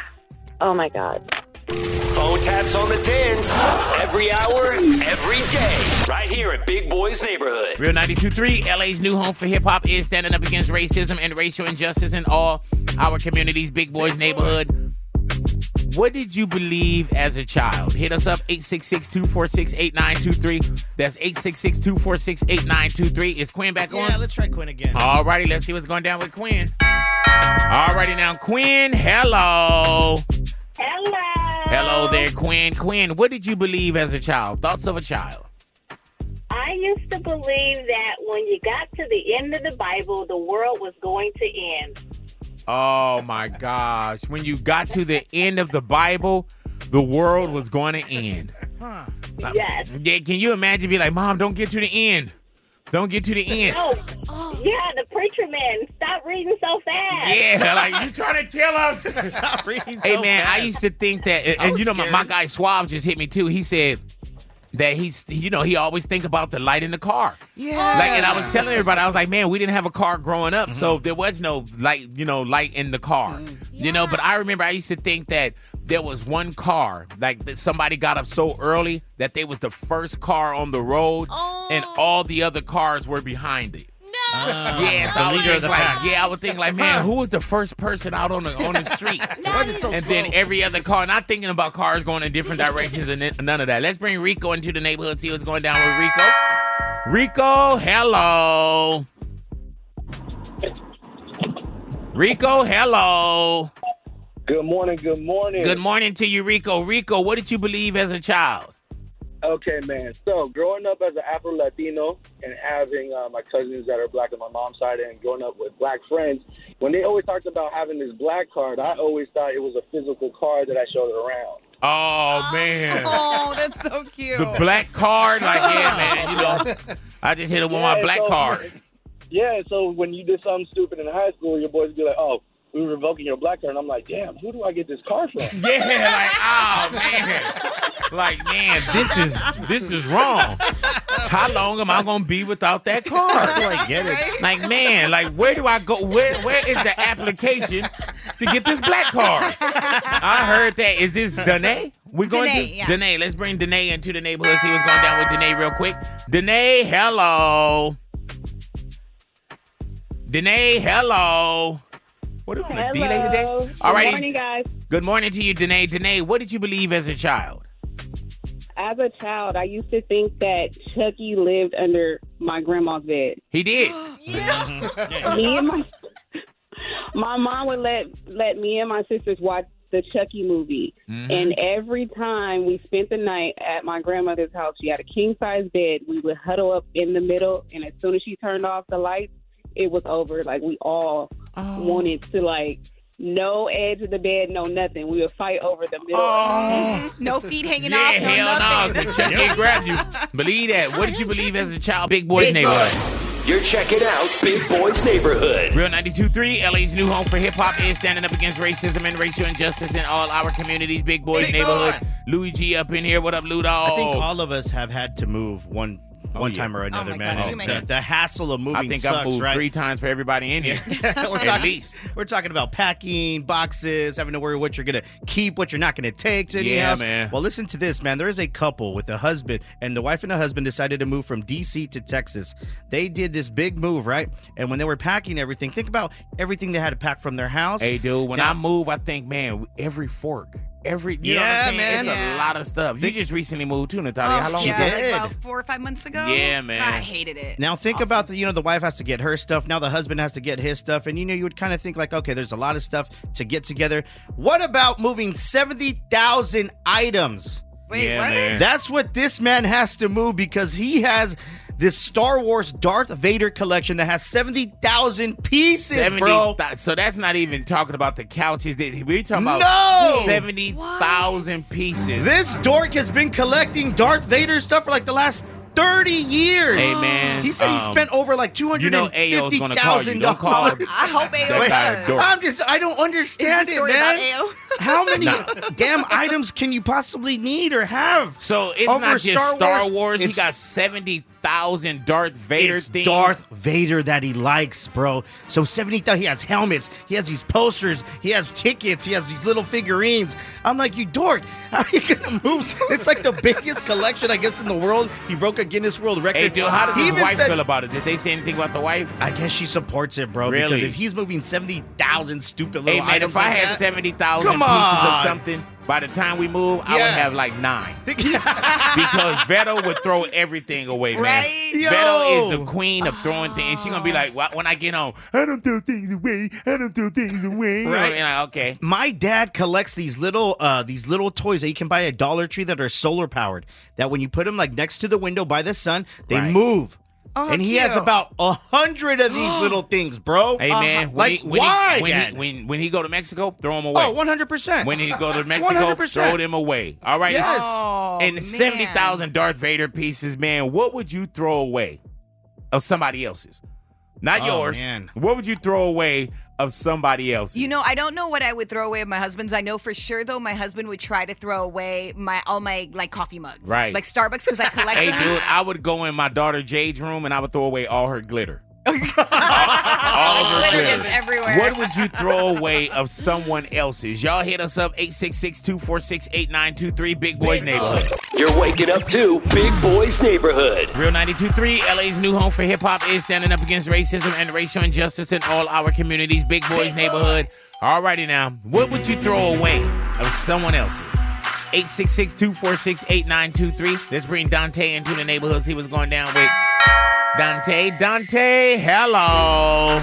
V: oh my God.
A: Phone taps on the tins every hour, every day, right here at Big Boy's Neighborhood.
B: Real 92.3, LA's new home for hip hop is standing up against racism and racial injustice in all our communities, Big Boys Neighborhood. What did you believe as a child? Hit us up 866 246 8923. That's 866 246 8923. Is Quinn back on?
E: Yeah, let's try Quinn again.
B: All righty, let's see what's going down with Quinn. All righty, now, Quinn, hello.
W: Hello.
B: Hello there, Quinn. Quinn, what did you believe as a child? Thoughts of a child.
W: I used to believe that when you got to the end of the Bible, the world was going to end.
B: Oh my gosh. When you got to the end of the Bible, the world was going to end. Mm-hmm.
W: Yes.
B: Yeah, can you imagine be like, Mom, don't get to the end. Don't get to the end.
W: No. Yeah, the preacher man. Stop reading so fast.
B: Yeah, like you trying to kill us. Stop
E: reading
B: Hey man, I used to think that, and,
E: I
B: and
E: was
B: you know, my,
E: scared.
B: my guy Suave just hit me too. He said that he's, you know, he always think about the light in the car.
E: Yeah.
B: Like, and I was telling everybody, I was like, man, we didn't have a car growing up,
E: Mm-hmm.
B: so there was no light, you know, light in the car, you know. But I remember I used to think that there was one car, like that somebody got up so early that they was the first car on the road, and all the other cars were behind it. No. yes,
E: The
B: I would
E: leader of
B: think
E: the
B: like,
E: pack.
B: yeah, I would think like, man, who was the first person out on the on the street? and then every other car. Not thinking about cars going in different directions and then- none of that. Let's bring Rico into the neighborhood. See what's going down with Rico. Rico, hello. Rico, hello.
X: Good morning. Good morning.
B: Good morning to you, Rico. Rico, what did you believe as a child?
X: Okay, man. So growing up as an Afro Latino and having uh, my cousins that are black on my mom's side, and growing up with black friends, when they always talked about having this black card, I always thought it was a physical card that I showed around.
B: Oh man,
C: Oh, that's so cute.
B: the black card. Like yeah, man. You know, I just hit him with my
X: Yeah,
B: black
X: so-
B: card.
X: Yeah. So when you did something stupid in high school, your boys would be like, "Oh, we were revoking your black card," and I'm like, "Damn, who do I get this card from?"
B: Yeah, like oh man, like man, this is this is wrong. How long am I gonna be without that car?
E: How do I get it?
B: Like man, like where do I go? Where where is the application to get this black car? I heard that. Is this Danae? We going
S: Danae,
B: to
S: yeah.
B: Danae? Let's bring Danae into the neighborhood. See what's going down with Danae real quick. Danae, hello. Danae, hello. What are we gonna delay today? All righty.
G: guys.
B: Good morning to you, Danae. Danae, what did you believe as a child?
G: As a child, I used to think that Chucky lived under my grandma's bed.
B: He did. Mm-hmm.
G: me and my my mom would let let me and my sisters watch the Chucky movie,
Y: Mhm.
G: and every time we spent the night at my grandmother's house, she had a king size bed. We would huddle up in the middle, and as soon as she turned off the lights, it was over. Like we all wanted to like No edge of the bed, no nothing. We would fight over the middle.
C: no feet hanging
G: off.
C: no
B: Hell no, E. the check can't grab you. Believe that. What did you believe as a child? Big Boy's Neighborhood.
A: You're checking out Big Boy's Neighborhood.
B: Real 92.3, LA's new home for hip hop is standing up against racism and racial injustice in all our communities. Big Boy's
E: Big
B: Neighborhood. Louis G up in here. What up, Ludo?
E: I think all of us have had to move one
B: Oh,
E: one time or another, man.
B: God,
E: It's
B: too many.
E: the, the hassle of moving
B: Oh, I think
E: sucks,
B: I've moved
E: right?
B: three times for everybody in here.
E: we're
B: At
E: talking,
B: least.
E: We're talking about packing, boxes, having to worry what you're gonna keep, what you're not gonna take to any
B: Yeah,
E: house.
B: man.
E: Well, listen to this, man. There is a couple with a husband, and the wife and the husband decided to move from DC to Texas. They did this big move, right? And when they were packing everything, think about everything they had to pack from their house.
B: Hey, dude, when
E: Now-
B: I move, I think, man, every fork, every, you know
E: Yeah,
B: what I'm saying?
E: man. Oh,
B: It's
E: Yeah.
B: a lot of stuff. You just recently moved too, Natalia. How long
C: yeah,
B: ago?
C: like about four or five months ago.
B: Yeah, man.
C: I hated it.
E: Now think about the you know the wife has to get her stuff. Now the husband has to get his stuff, and you know you would kind of think like, okay, there's a lot of stuff to get together. What about moving seventy thousand items?
C: Wait, Yeah, what? man.
E: That's what this man has to move because he has this Star Wars Darth Vader collection that has seventy thousand pieces,
B: 70,
E: bro.
B: so that's not even talking about the couches. that- We're talking about
E: No!
B: 70,000 pieces.
E: This dork has been collecting Darth Vader stuff for like the last. 30 years.
B: Hey, man,
E: He said he
B: um,
E: spent over like
B: you know AO's gonna call you.
E: $250,000.
B: Don't call
C: I hope AO
B: that guy a dork.
E: I'm just, I don't understand
C: Is the
E: it,
C: story
E: man.
C: about AO?
E: How many
B: Nah.
E: damn items can you possibly need or have?
B: So it's
E: over
B: not just Star Wars. he
E: It's-
B: got 70,000 Darth Vader
E: it's
B: things.
E: Darth Vader that he likes, bro. So 70,000, he has helmets, he has these posters, he has tickets, he has these little figurines. I'm like, you dork, how are you gonna move? It's like the biggest collection, I guess, in the world. He broke a Guinness World Record.
B: Hey, dude, how does
E: He
B: his
E: even
B: wife
E: said-
B: feel about it? Did they say anything about the wife?
E: I guess she supports it, bro. Because
B: Really?
E: if he's moving 70,000 stupid little
B: Hey, man,
E: items
B: if I
E: like
B: had
E: that-
B: 70,000
E: Come
B: pieces of
E: on.
B: something, by the time we move, I would
E: Yeah.
B: have like nine. because Vettel would throw everything away, man.
E: Right?
B: Vettel
E: Yo. Ah.
B: is the queen of throwing things. She's going to be like, "Wh- when I get home, I don't throw things away. I don't throw things away.
E: Right.
B: And I, okay.
E: My dad collects these little uh these little toys that you can buy at Dollar Tree that are solar powered. That when you put them like next to the window by the sun, they move.
B: Oh,
E: and he has
B: cute.
E: about a hundred of these little things, bro.
B: Hey man,
E: Oh,
B: when
E: uh, like
B: he, when
E: why?
B: He, when,
E: Dad?
B: he, when when he go to Mexico, throw him away.
E: oh, one hundred percent.
B: When he go to Mexico,
E: 100%.
B: throw them away. All right.
E: Yes.
B: and seventy thousand Darth Vader pieces, man. What would you throw away of somebody else's? Not
E: Oh,
B: yours.
E: man.
B: What would you throw away of somebody else's?
C: You know, I don't know what I would throw away of my husband's. I know for sure though, my husband would try to throw away my all my like coffee mugs,
B: Right.
C: Like Starbucks because I collect
B: hey,
C: them.
B: dude, I would go in my daughter Jade's room and I would throw away all her glitter. all of her
C: Glitter
B: glitter.
C: gets everywhere.
B: What would you throw away of someone else's? Y'all hit us up 866-246-8923 Big Boys Neighborhood.
A: You're waking up to Big Boy's Neighborhood.
B: Real 92.3, LA's new home for hip hop is standing up against racism and racial injustice in all our communities. Big Boys Neighborhood. Alrighty now, what would you throw away of someone else's? 866-246-8923. Let's bring Dante into the neighborhood, see what's going down with Dante. Dante, hello.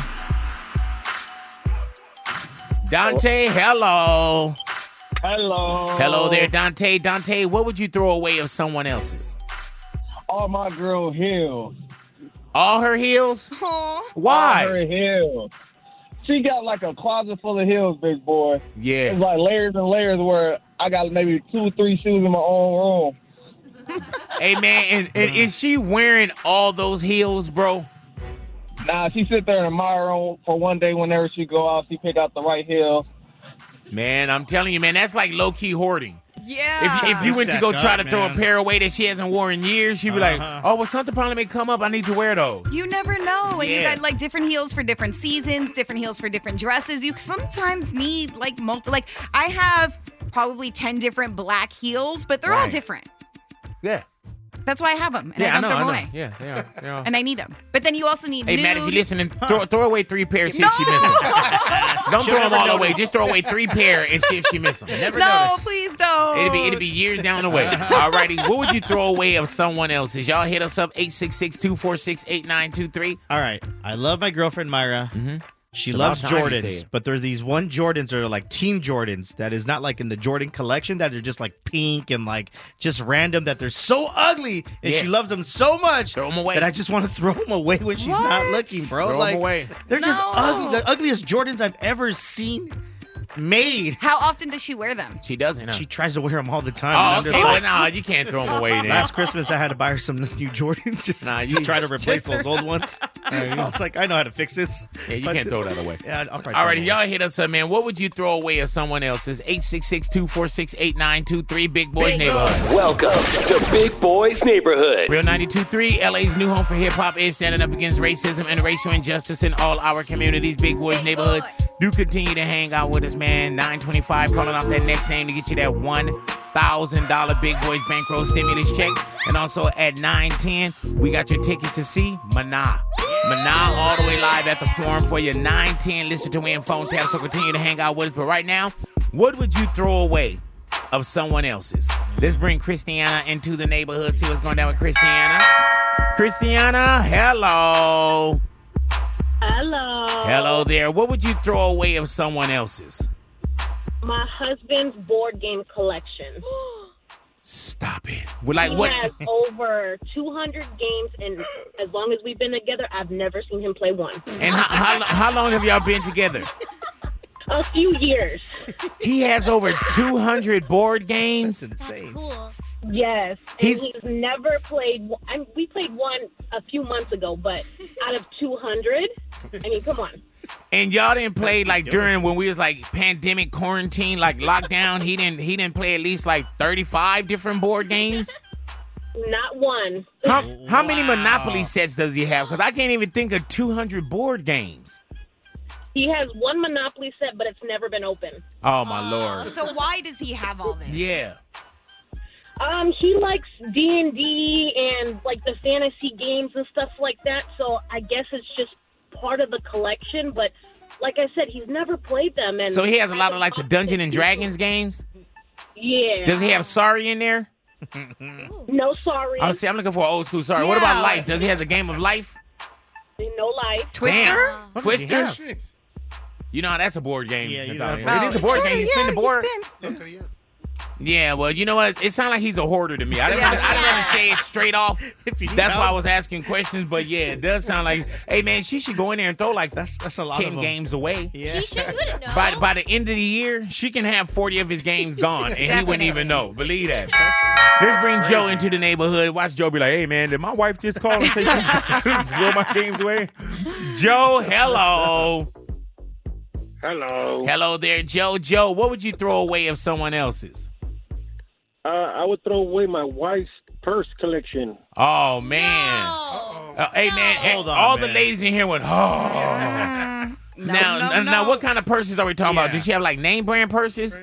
B: Dante, hello.
K: Hello.
B: Hello there, Dante. Dante, what would you throw away of someone else's?
K: All my girl heels.
B: All her heels? Why?
K: All her heels. She got like a closet full of heels, big boy.
B: Yeah.
K: It's like layers and layers where I got maybe two, three shoes in my own room.
B: Hey man, and, and is she wearing all those heels, bro?
K: Nah, she sit there and admire them for one day. Whenever she go out, she pick out the right heel.
B: Man, I'm telling you, man, that's like low key hoarding. If,
C: Yeah.
B: if you went to go
K: Stack
B: try
K: up,
B: to throw a
K: man.
B: pair away that she hasn't worn in years, she'd be like, "Oh, well, something probably may come up. I need to wear those."
C: You never know. And you
B: Yeah.
C: got like different heels for different seasons, different heels for different dresses. You sometimes need like multi like I have probably 10 different black heels, but they're all
B: Right.
C: different.
B: Yeah.
C: That's why I have them. And
B: yeah,
C: I don't
B: know,
C: throw them
B: I know.
C: away.
B: Yeah, they are. They are.
C: And I need them. But then you also need
B: hey,
C: nude.
B: Matt, if you listening, throw, throw away three pairs. See if she
C: No!
B: misses. Don't
E: She'll
B: throw them
E: never
B: all
E: know
B: away.
E: this.
B: Just throw away three pair and see if she misses them.
C: no, please don't.
B: It'll be it'll be years down the way. Alrighty, what would you throw away of someone else's? Y'all hit us up 866-246-8923.
E: All right. I love my girlfriend Myra.
B: Mm-hmm.
E: She
B: It's
E: loves
B: about time you say
E: Jordans,
B: it.
E: but there's these one Jordans that are like team Jordans that is not like in the Jordan collection that are just like pink and like just random that they're so ugly and
B: Yeah.
E: she loves them so much
B: Throw 'em away.
E: that I just want to throw them away when she's not looking, bro.
B: Throw 'em
E: like
B: away.
E: they're just
B: No.
E: ugly, the ugliest Jordans I've ever seen. made.
C: How often does she wear them?
B: She doesn't.
E: She tries to wear them all the time.
B: Oh,
E: and I'm
B: okay.
E: just
B: Well,
E: like-
B: nah, you can't throw them away. Then.
E: Last Christmas, I had to buy her some new Jordans just
B: Nah,
E: to
B: you-
E: try to replace
B: just-
E: those old ones. I was like, I know how to fix this.
B: Yeah, you can't throw that away.
E: Yeah, I'll probably
B: All right, y'all hit us up, man. What would you throw away of someone else's? 866-246-8923, Big Boys Neighborhood.
A: Welcome to Big Boys Neighborhood.
B: Real 92.3, LA's new home for hip hop is standing up against racism and racial injustice in all our communities. Big Boys Neighborhood, do continue to hang out with us, man. 925, calling off that next name to get you that $1,000 Big Boys Bankroll stimulus check. And also at 910, we got your tickets to see Mana. Mana all the way live at the forum for you. 910, listen to win phone tap, so continue to hang out with us. But right now, what would you throw away of someone else's? Let's bring Christiana into the neighborhood, see what's going down with Christiana. Christiana, hello.
J: Hello.
B: Hello there. What would you throw away of someone else's?
J: My husband's board game collection.
B: Stop it. Well, Like what?
J: He has over 200 games, and as long as we've been together, I've never seen him play one.
B: And how, how, how long have y'all been together?
J: A few years.
B: He has over 200 board games.
J: Cool. Yes. And
B: He's-
J: he's, never played. one- I mean, we played one a few months ago, but out of 200, I mean, come on.
B: And y'all didn't play like during when we was like pandemic quarantine, like lockdown. He didn't. He didn't play at least like 35 different board games.
J: Not one.
B: How, how many Monopoly sets does he have? Because I can't even think of 200 board games.
J: He has one Monopoly set, but it's never been open.
B: Oh my lord.
C: So why does he have all this?
B: Yeah.
J: Um, he likes D and D and like the fantasy games and stuff like that. So I guess it's just part of the collection. But like I said, he's never played them, and
B: So he has a lot of like the Dungeon and Dragons games.
J: yeah.
B: Does he have Sorry in there?
J: no sorry?
B: Oh, see, I'm looking for old school Sorry. What about
J: Yeah.
B: Life? Does he have the game of Life?
J: No life.
B: Damn. Twister. You know that's a board game. Yeah, it is a board game. You spin the board. Yeah, well, you know what? It sounds like he's a hoarder to me. I didn't,
A: Yeah.
B: want to, I didn't want to say it straight off.
E: you
B: That's
E: know.
B: why I was asking questions. But yeah, it does sound like, hey man, she should go in there and throw like that's,
E: that's a lot
B: ten
E: of 'em.
B: games away.
E: She should- you wouldn't know.
B: By by the end of the year, she can have forty of his games gone, and he wouldn't even know. Believe that. Let's bring Joe into the neighborhood. Watch Joe be like, hey man, did my wife just call and say she threw my games away? Joe, hello.
X: Hello.
B: Hello there, Joe. Joe, what would you throw away of someone else's?
X: Uh, I would throw away my wife's purse collection.
B: Oh man. Uh, hey man, hey, all the ladies in here went, oh. now, now, now, what kind of purses are we talking about? Did she have like name brand purses?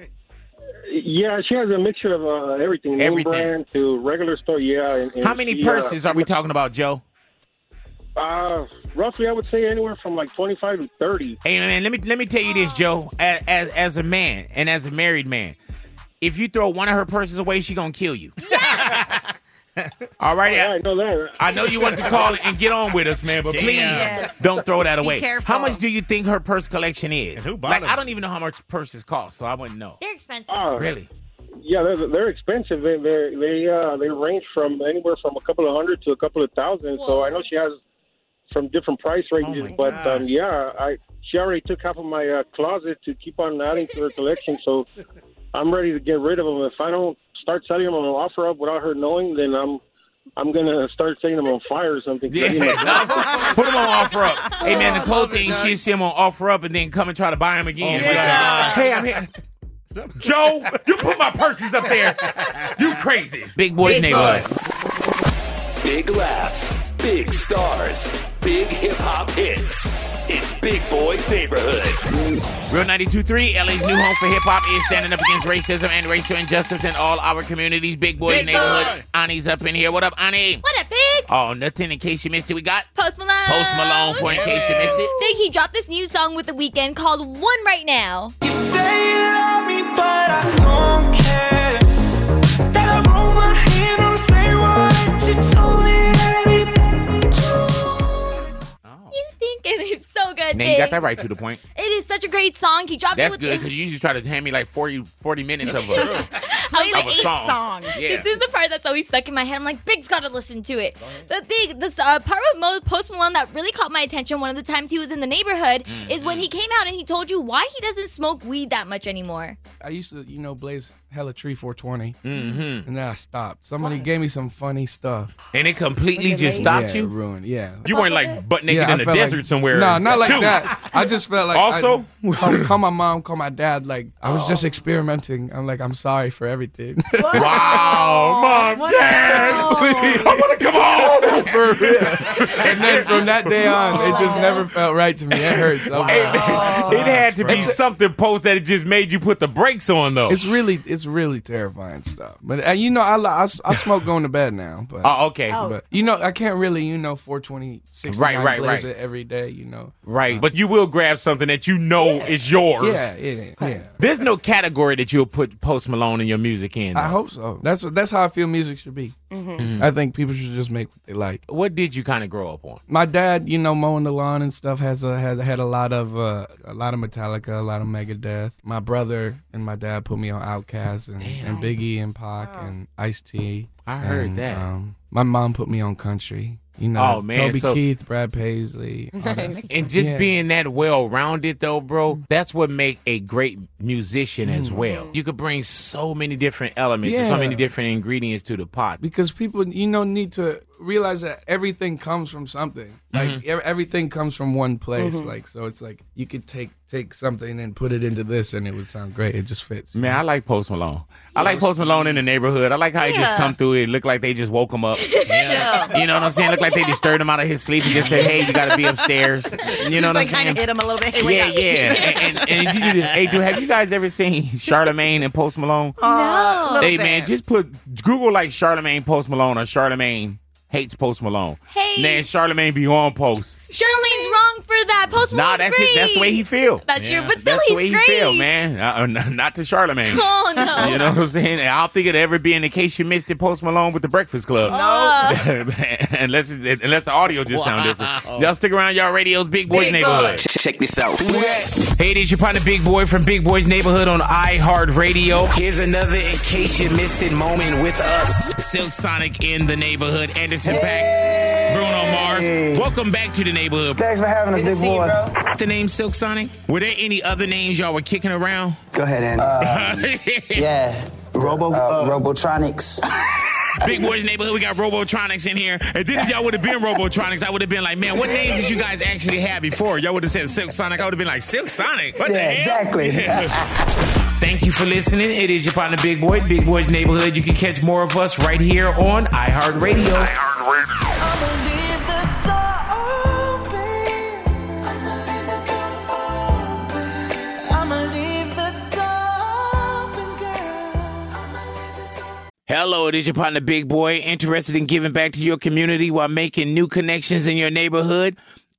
X: Yeah, she has a mixture of uh, everything, name
B: Everything.
X: brand to regular store. Yeah. And, and
B: How many
X: she, uh,
B: purses are we talking about, Joe?
X: Uh, roughly, I would say anywhere from like twenty-five to thirty.
B: Hey man, let me let me tell you this, Joe. As as, as a man and as a married man, if you throw one of her purses away, she gonna kill you. All right, I
X: Oh, know that.
B: I know you want to call and get on with us, man, but
A: Damn.
B: please
A: Yes.
B: don't throw that
A: Be
B: away.
A: careful.
B: How much do you think her purse collection is?
A: who bought
B: like,
A: them?
B: I don't even know how much purses cost, so I wouldn't know.
D: They're expensive.
X: Oh.
B: Really?
X: Yeah, they're, they're expensive. They they they uh, they range from anywhere from a couple of hundred to a couple of thousand. So I know she has from different price ranges. but um, yeah, I she already took half of my uh, closet to keep on adding to her collection. So I'm ready to get rid of them. If I don't start selling them on offer up without her knowing, then I'm I'm gonna start setting them on fire or something.
B: Put them on offer up. Hey man, the cool thing she see them on offer up and then come and try to buy them again.
A: Oh, my God.
B: Uh, Hey, I'm here. Joe, you put my purses up there. You crazy. Big boys
A: Big
B: neighborhood.
A: Big laughs, big stars, big hip hop hits. It's Big Boys Neighborhood.
B: Real 92.3, LA's new home for hip hop is standing up against racism and racial injustice in all our communities. Big boys
D: Big
B: neighborhood. Ani's up in here. What up, Ani?
D: What up, big?
B: Oh, nothing in case you missed it. We got
D: Post Malone.
B: Post Malone for in case you missed it.
D: Big, he dropped this new song with The Weeknd called One Right Now.
A: You say you love me, but I don't care. That I roll my hand on say what you told me
D: You think and it's so good.
B: Now you got
D: Big.
B: that right to the point.
D: It is such a great song. He dropped
B: That's
D: it
B: good
D: with
B: because you usually try to hand me like 40, 40 minutes of a
D: plays
B: Of a song. Yeah.
D: This is the part that's always stuck in my head. I'm like, Big's got to listen to it. The big, this uh, part with Mo, Post Malone that really caught my attention one of the times he was in the neighborhood
B: Mm,
D: is when he came out and he told you why he doesn't smoke weed that much anymore.
L: I used to, you know, blaze hella tree 420, mm-hmm. and then I stopped. Somebody gave me some funny stuff.
B: And it completely just stopped
L: Yeah,
B: you?
L: Ruined, yeah.
B: You weren't like butt naked
L: Yeah, I
B: in the
L: felt like-
B: desert somewhere.
L: No, not like
B: too.
L: that. I just felt like I-
B: Also?
L: call, call my mom, call my dad. Like I was just experimenting. I'm like, I'm sorry for everything.
B: Wow, mom, dad, I want to come home.
L: For real. and then from that day on, it just never felt right to me. It hurts. I'm like,
B: It had to be something post that it just made you put the brakes on though.
L: It's really, it's really terrifying stuff. But uh, you know, I, li- I s- I smoke going to bed now. But
B: Oh, okay. Oh.
L: But you know, I can't really, you know, 420, 69
B: Right, right,
L: blaze
B: right.
L: it every day. You know.
B: Right, but you will grab something that you know is yours.
L: Yeah, yeah, yeah.
B: There's no category that you'll put Post Malone in your music in. Mm-hmm.
L: I hope so. That's what- that's how I feel music should be. I think people should just make what they like.
B: What did you kind of grow up on?
L: My dad, you know, mowing the lawn and stuff has a has had a lot of uh, a lot of Metallica, a lot of Megadeth. My brother and my dad put me on Outkast and, and Biggie and Pac and Ice T.
B: I heard
L: And,
B: that.
L: Um, my mom put me on country. You know,
B: Oh, man,
L: Toby
B: so-
L: Keith, Brad Paisley. all that stuff.
B: Uh-huh. And just
L: Yeah.
B: being that well rounded though, bro, that's what make a great musician as well. You could bring so many different elements and so
L: Yeah.
B: many different ingredients to the pot.
L: because people you know need to realize that everything comes from something like
B: Mhm.
L: ev- everything comes from one place
B: Mhm.
L: like so it's like you could take take something and put it into this and it would sound great it just fits
B: Man, I like Post Malone. I like Post Malone in the neighborhood. I like how he just
L: Yeah.
B: come through and look like they just woke him up. You know what I'm saying? Look like they disturbed him out of his sleep and just said, "Hey, you got to be upstairs." You know what I'm
C: like
B: saying?
C: kind of hit him a little bit. Hey, wake
B: yeah,
C: up.
B: yeah. And, and, and you just, hey, dude, have you guys ever seen Charlemagne and Post Malone?
C: Aw, Uh, little
B: Hey, man,
C: bit.
B: just put Google like Charlemagne Post Malone or Charlemagne hates Post Malone.
D: Hey.
B: man, Charlemagne be on post.
D: Charlemagne's wrong for that. Post Malone's
B: Nah, that's
D: great.
B: it. That's the way he feel.
D: That's your- but still,
B: that's the way
D: he's great.
B: he feel, man. Uh, uh, n- not to Charlemagne.
D: Oh, no.
B: You know what I'm saying? I don't think it ever be in the case you missed it. Post Malone with the Breakfast Club.
D: No.
B: unless it, unless the audio just sound different. Y'all stick around. Y'all radios, Big Boys
A: Big
B: Neighborhood.
A: Boy.
B: Check this out. Hey, it is your partner, Big Boy from Big Boys Neighborhood on iHeartRadio. Here's another in case you missed it moment with us. Silk Sonic in the neighborhood. Anderson Pack, Bruno Mars. Welcome back to the neighborhood.
A: Thanks for having us,
B: Good to
A: big
B: see you,
A: boy.
B: bro. The name Silk Sonic. Were there any other names y'all were kicking around?
A: Go ahead, Andy.
B: Uh,
A: yeah. Robo, uh, Robotronics.
B: Big Boys Neighborhood, we got Robotronics in here. And then if y'all would have been Robotronics, I would have been like, man, what names did you guys actually have before? Y'all would have said Silk Sonic. I would have been like, Silk Sonic? What the
A: Yeah,
B: hell?
A: exactly.
B: Thank you for listening. It is your partner, Big Boy, Big Boys Neighborhood. You can catch more of us right here on iHeartRadio.
S: Hello, it is your partner, Big Boy, interested in giving back to your community while making new connections in your neighborhood.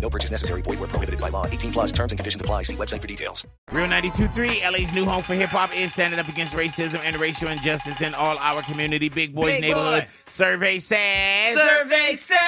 M: No purchase necessary. Void where prohibited by law. 18 plus terms and conditions apply. See website for details.
B: Real 92.3, LA's new home for hip hop is standing up against racism and racial injustice in all our community. Big Boys
A: Big
B: Neighborhood
A: boy.
B: survey says.
A: Survey says.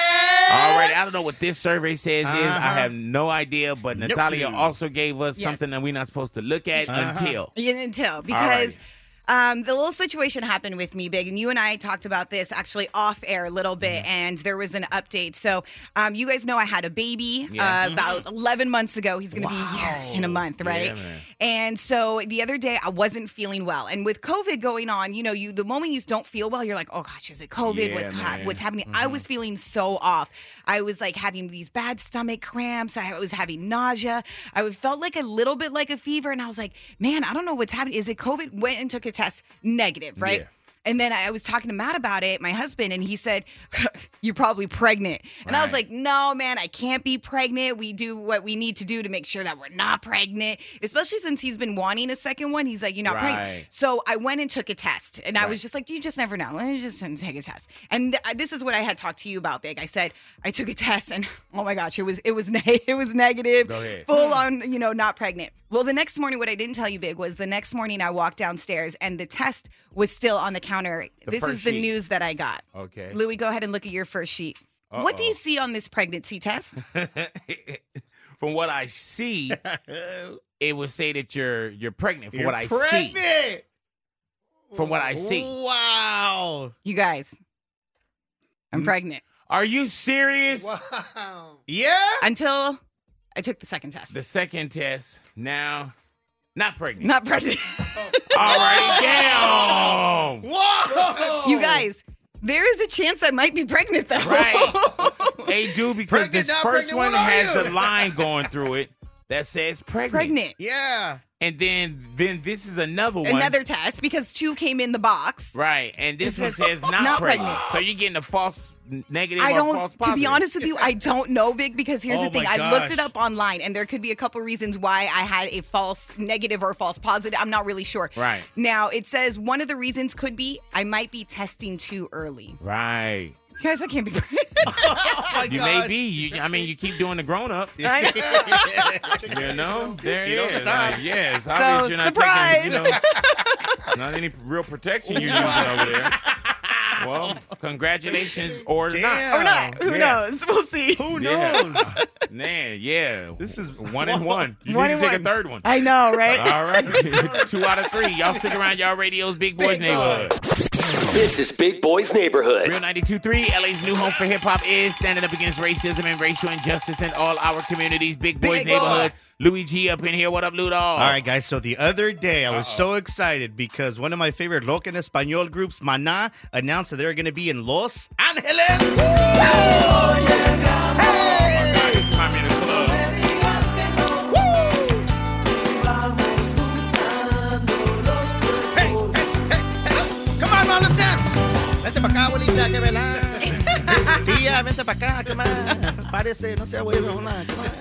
B: All right, I don't know what this survey says is.
A: Uh-huh.
B: I have no idea, but
C: Nope.
B: Natalia also gave us
C: Yes. Uh-huh.
B: something that we're not supposed to look at until.
C: You didn't tell
B: All right.
C: because Um, the little situation happened with me, Big, and you and I talked about this actually off air a little bit,
A: Mm-hmm.
C: and there was an update. So, um, you guys know I had a baby
A: Yes. Mm-hmm.
C: uh, about 11 months ago. He's going to be here in a month, right?
A: Yeah, man.
C: And so the other day I wasn't feeling well. And with COVID going on, you know, you the moment you don't feel well, you're like, oh gosh, is it COVID?
A: Yeah,
C: what's ha-
A: man. Mm-hmm.
C: what's happening? I was feeling so off. I was like having these bad stomach cramps. I was having nausea. I would- felt like a little bit like a fever. And I was like, man, I don't know what's happening. Is it COVID? Went and took a test, negative, right?
A: Yeah.
C: And then I was talking to Matt about it, my husband, and he said, You're probably pregnant. And I was
A: Right.
C: like, No, man, I can't be pregnant. We do what we need to do to make sure that we're not pregnant, especially since he's been wanting a second one. He's like, You're not
A: Right.
C: pregnant. So I went and took a test, and I was
A: Right.
C: just like, You just never know. Let me just take a test. And th- this is what I had talked to you about, Big. I said, I took a test, and oh my gosh, it was, it was, neg it was negative
A: Go ahead.
C: full
B: Hmm.
C: on, you know, not pregnant. Well, the next morning, what I didn't tell you, Big, was the next morning I walked downstairs and the test was still on the counter.
B: The
C: this
B: first
C: is the
B: sheet.
C: news that I got.
B: Okay.
C: Louis, go ahead and look at your first sheet. What do
B: Uh-oh.
C: you see on this pregnancy test?
B: From what I see, it would say that you're you're pregnant. From
E: You're
B: what I see,
E: pregnant!
B: from what I see,
E: Wow.
C: You guys, I'm pregnant.
B: Mm. Are you serious?
E: Wow.
B: Yeah.
C: Until I took the second test.
B: The second test. Now, not pregnant.
C: Not pregnant.
B: All right. Damn.
E: Whoa!
C: You guys, there is a chance I might be pregnant though.
B: They do because this
C: not
B: first one
C: pregnant, what are
B: has
C: you?
B: the line going through it that says pregnant.
C: Pregnant.
E: Yeah.
B: And then then this is another one.
C: Another test because two came in the box.
B: Right. And this
C: It
B: one
C: says,
B: says not,
C: "Not
B: pregnant.
C: pregnant."
B: So you're getting a false n- negative
C: I
B: or false
C: don't. To
B: positive.
C: be honest with you, I don't know, Vic, because here's
B: Oh
C: the thing:
B: my
C: I looked
B: gosh.
C: it up online, and there could be a couple reasons why I had a false negative or false positive. I'm not really sure.
B: Right.
C: Now it says one of the reasons could be I might be testing too early.
B: Right.
C: You guys, I can't be.
B: you may be. You, I mean, you keep doing the grown up. you
C: I know.
B: know, there
E: You
B: it
E: don't
B: is.
E: stop.
B: Like, yeah, it's
E: So,
B: obvious you're not taking, you know,
E: surprise.
B: not any real protection you're using over there. Well, congratulations or not.
C: Or not. Who
B: Yeah.
C: knows? We'll see.
E: Who
B: Man, yeah. This is one and one. You
C: One
B: need
C: and
B: to take
C: one.
B: a third one.
C: I know, right?
B: All right. Two out of three. Y'all stick around. Y'all radios, Big Boys Neighborhood.
O: This is Big Boy's Neighborhood.
B: Real 92.3, LA's new home for hip hop is standing up against racism and racial injustice in all our communities. Big Boys
E: Big boy.
B: Neighborhood. Louis G up in here. What up, Ludo?
E: All right, guys. So the other day, I was so excited because one of my favorite local español groups, Maná, announced that they're going to be in Los Angeles. Come on, mom, let's dance. Vente pa' acá, abuelita, que velar. Tía, vente pa' acá, come on. Párese, no sea huevona, come on.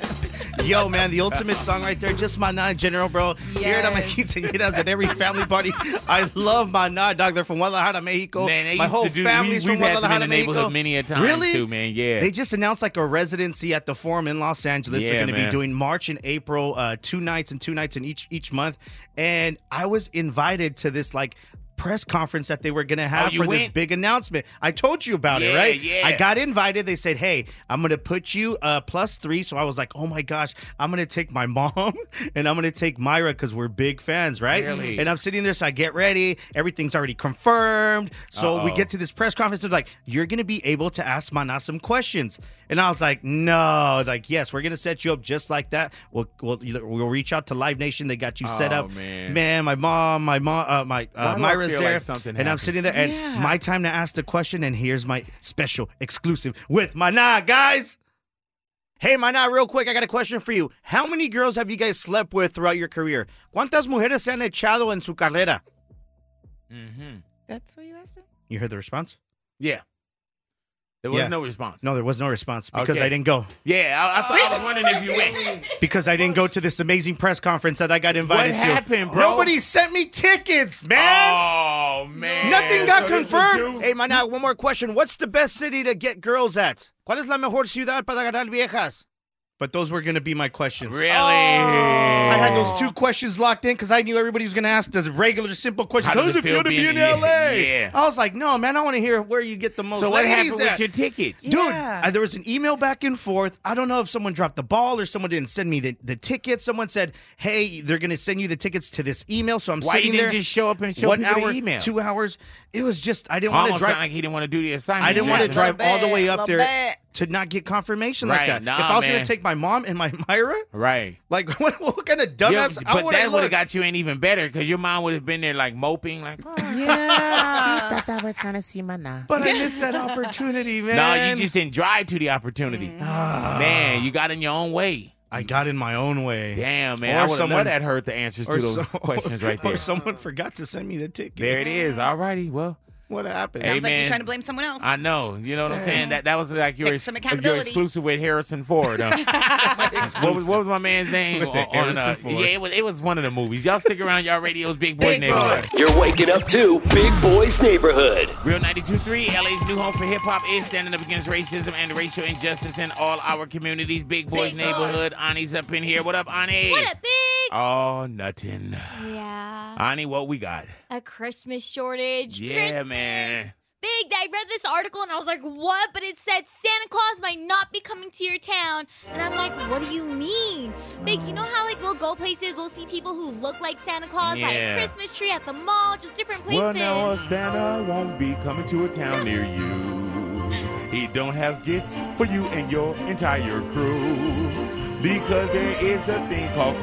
E: Yo, man, the ultimate song right there. Just Maná in general, bro. Hear it on my quinceañeras at every family party. I love Maná, dog. They're from Guadalajara, Mexico.
B: Man, they
E: my
B: used
E: whole
B: to do. We,
E: family's
B: we've
E: from
B: had them
E: Guadalajara,
B: in the
E: Mexico.
B: neighborhood many a time
E: Really?
B: too, man. Yeah.
E: They just announced like a residency at the Forum in Los Angeles.
B: Yeah,
E: They're going to
B: man.
E: be doing March and April, uh, two nights and two nights in each each month. And I was invited to this like press conference that they were going to have
B: Oh, you
E: for this
B: went?
E: big announcement. I told you about it,
B: Yeah,
E: right?
B: yeah.
E: I got invited. They said, "Hey, I'm going to put you uh, plus three. So I was like, "Oh my gosh, I'm going to take my mom and I'm going to take Myra because we're big fans, right?"
B: Really?
E: And I'm sitting there, so I get ready. Everything's already confirmed. So we
B: Uh-oh.
E: get to this press conference. They're like, "You're gonna be able to ask Mana some questions," and I was like, "No, like yes, we're gonna set you up just like that. We'll we'll, we'll reach out to Live Nation. They got you set
B: Oh,
E: up,
B: man.
E: my mom, my mom, uh, my
B: Why
E: uh,
B: do I
E: Myra's
B: feel
E: there,
B: like something
E: and I'm
B: happened?
E: sitting there, and
B: Yeah.
E: my time to ask the question. And here's my special exclusive with Mana, guys. Hey, Mana, real quick, I got a question for you. How many girls have you guys slept with throughout your career? ¿Cuántas mujeres se han echado en su carrera?
B: Mm-hmm.
C: That's what you asked him.
E: You heard the response?
B: Yeah. There was
E: Yeah.
B: no response.
E: No, there was no response because
B: Okay.
E: I didn't go.
B: Yeah, I, I thought I was wondering if you went.
E: Because I didn't go to this amazing press conference that I got
B: What
E: invited to.
B: happened, bro?
E: Nobody sent me tickets, man.
B: Oh man.
E: Nothing got
B: So this is
E: confirmed. Hey, Maná, one more question. What's the best city to get girls at? ¿Cuál es la mejor ciudad para ganar viejas? But those were going to be my questions. Oh,
B: Really?
E: I had those two questions locked in because I knew everybody was going to ask the regular, simple questions.
B: How does it feel
E: to be in
B: being in-
E: LA?
B: Yeah.
E: I was like, no, man, I want to hear where you get the most.
B: So what
E: ladies
B: happened with
E: at.
B: your tickets?
E: dude? I- there was an email back and forth. I don't know if someone dropped the ball or someone didn't send me the, the tickets. Someone said, hey, they're going to send you the tickets to this email. So I'm
B: Why you
E: sitting
B: didn't
E: there.
B: just show up and show
E: one
B: people the
E: hour,
B: email?
E: two hours. It was just I didn't want to
B: Almost
E: drive.
B: sound like he didn't want to do the assignment.
E: I didn't want to
B: Jackson.
E: drive all the way up there to not get confirmation like
B: Right,
E: that.
B: nah,
E: if I was
B: man.
E: to take my mom and my Myra,
B: Right.
E: like what, what kind of
B: Yeah,
E: dumbass? I
B: but
E: would
B: that
E: have
B: would
E: looked.
B: have got you in even better because your mom would have been there like moping, like, oh,
E: Yeah.
B: I thought I was gonna see my nah.
E: But I missed that opportunity, man. Ah.
B: no, you just didn't drive to the opportunity.
E: Mm-hmm.
B: Man, you got in your own way.
E: I got in my own way.
B: Damn, man. I would have that hurt the answers to
E: or
B: those
E: some-
B: questions right
E: Or
B: there.
E: someone forgot to send me the ticket.
B: There it is. All righty. Well,
E: What happened?
B: Hey,
C: Sounds like you're
B: man.
C: trying to blame someone else.
B: I know. You know what I'm saying? That that was like your,
C: Take
B: ex-
C: some
B: your
C: accountability.
B: exclusive with Harrison Ford. huh? what, was, what was my man's name?
F: With the
B: on, uh,
F: Harrison
B: yeah,
F: Ford.
B: it was, it was one of the movies. Y'all stick around. Y'all radios, Big Boy
F: Big
B: Neighborhood.
O: You're waking up to Big Boys Neighborhood.
B: Real 92.3, LA's new home for hip hop, is standing up against racism and racial injustice in all our communities. Big Boys
D: Big boy.
B: Neighborhood. Ani's up in here. What up, Ani?
D: What a big.
B: Oh, nothing.
D: Yeah.
B: Ani, what we got?
D: A Christmas shortage.
B: Yeah, man.
D: big that I read this article and I was like, what? But it said Santa Claus might not be coming to your town. And I'm like, what do you mean? Big, you know how like we'll go places, we'll see people who look like Santa Claus by
B: Yeah.
D: a Christmas tree at the mall, just different places.
B: Well, now a Santa won't be coming to a town near you. He don't have gifts for you and your entire crew because there is a thing called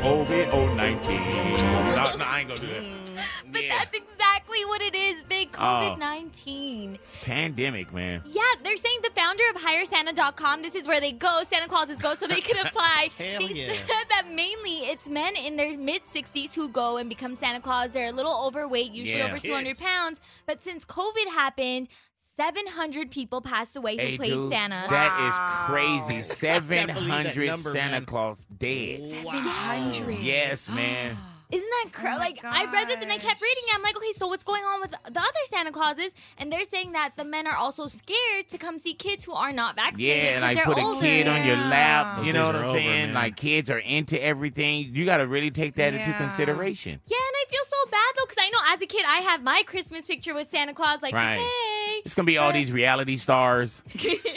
B: COVID-19. no, no, I ain't gonna do
C: Mm.
B: that.
D: but that's exactly what it is, big COVID 19.
B: Pandemic, man.
D: Yeah, they're saying the founder of HireSanta.com, this is where they go, Santa Clauses go, so they can apply.
B: Hell
D: they
B: yeah.
D: said that mainly it's men in their mid 60s who go and become Santa Claus. They're a little overweight, usually
B: Yeah.
D: over 200 pounds. But since COVID happened, 700 people passed away who
B: Hey,
D: played
B: dude,
D: Santa.
B: That is crazy. Seven
D: that
B: hundred
D: number,
B: Santa
D: man.
B: Claus dead.
D: 700.
B: Yes, man.
D: Isn't that crazy? like I read this and I kept reading it. I'm like, okay, so what's going on with the other Santa Clauses? And they're saying that the men are also scared to come see kids who are not vaccinated.
B: Yeah,
D: 'cause
B: like
D: they're
B: put
D: older.
B: a kid on your lap.
E: Those
B: You
E: days
B: know what
E: are
B: I'm
E: over,
B: saying?
E: man.
B: Like kids are into everything. You got to really take that into
D: Yeah.
B: consideration.
D: Yeah, and I feel so bad though, because I know as a kid I have my Christmas picture with Santa Claus, like,
B: Right.
D: hey.
B: It's gonna be all these reality stars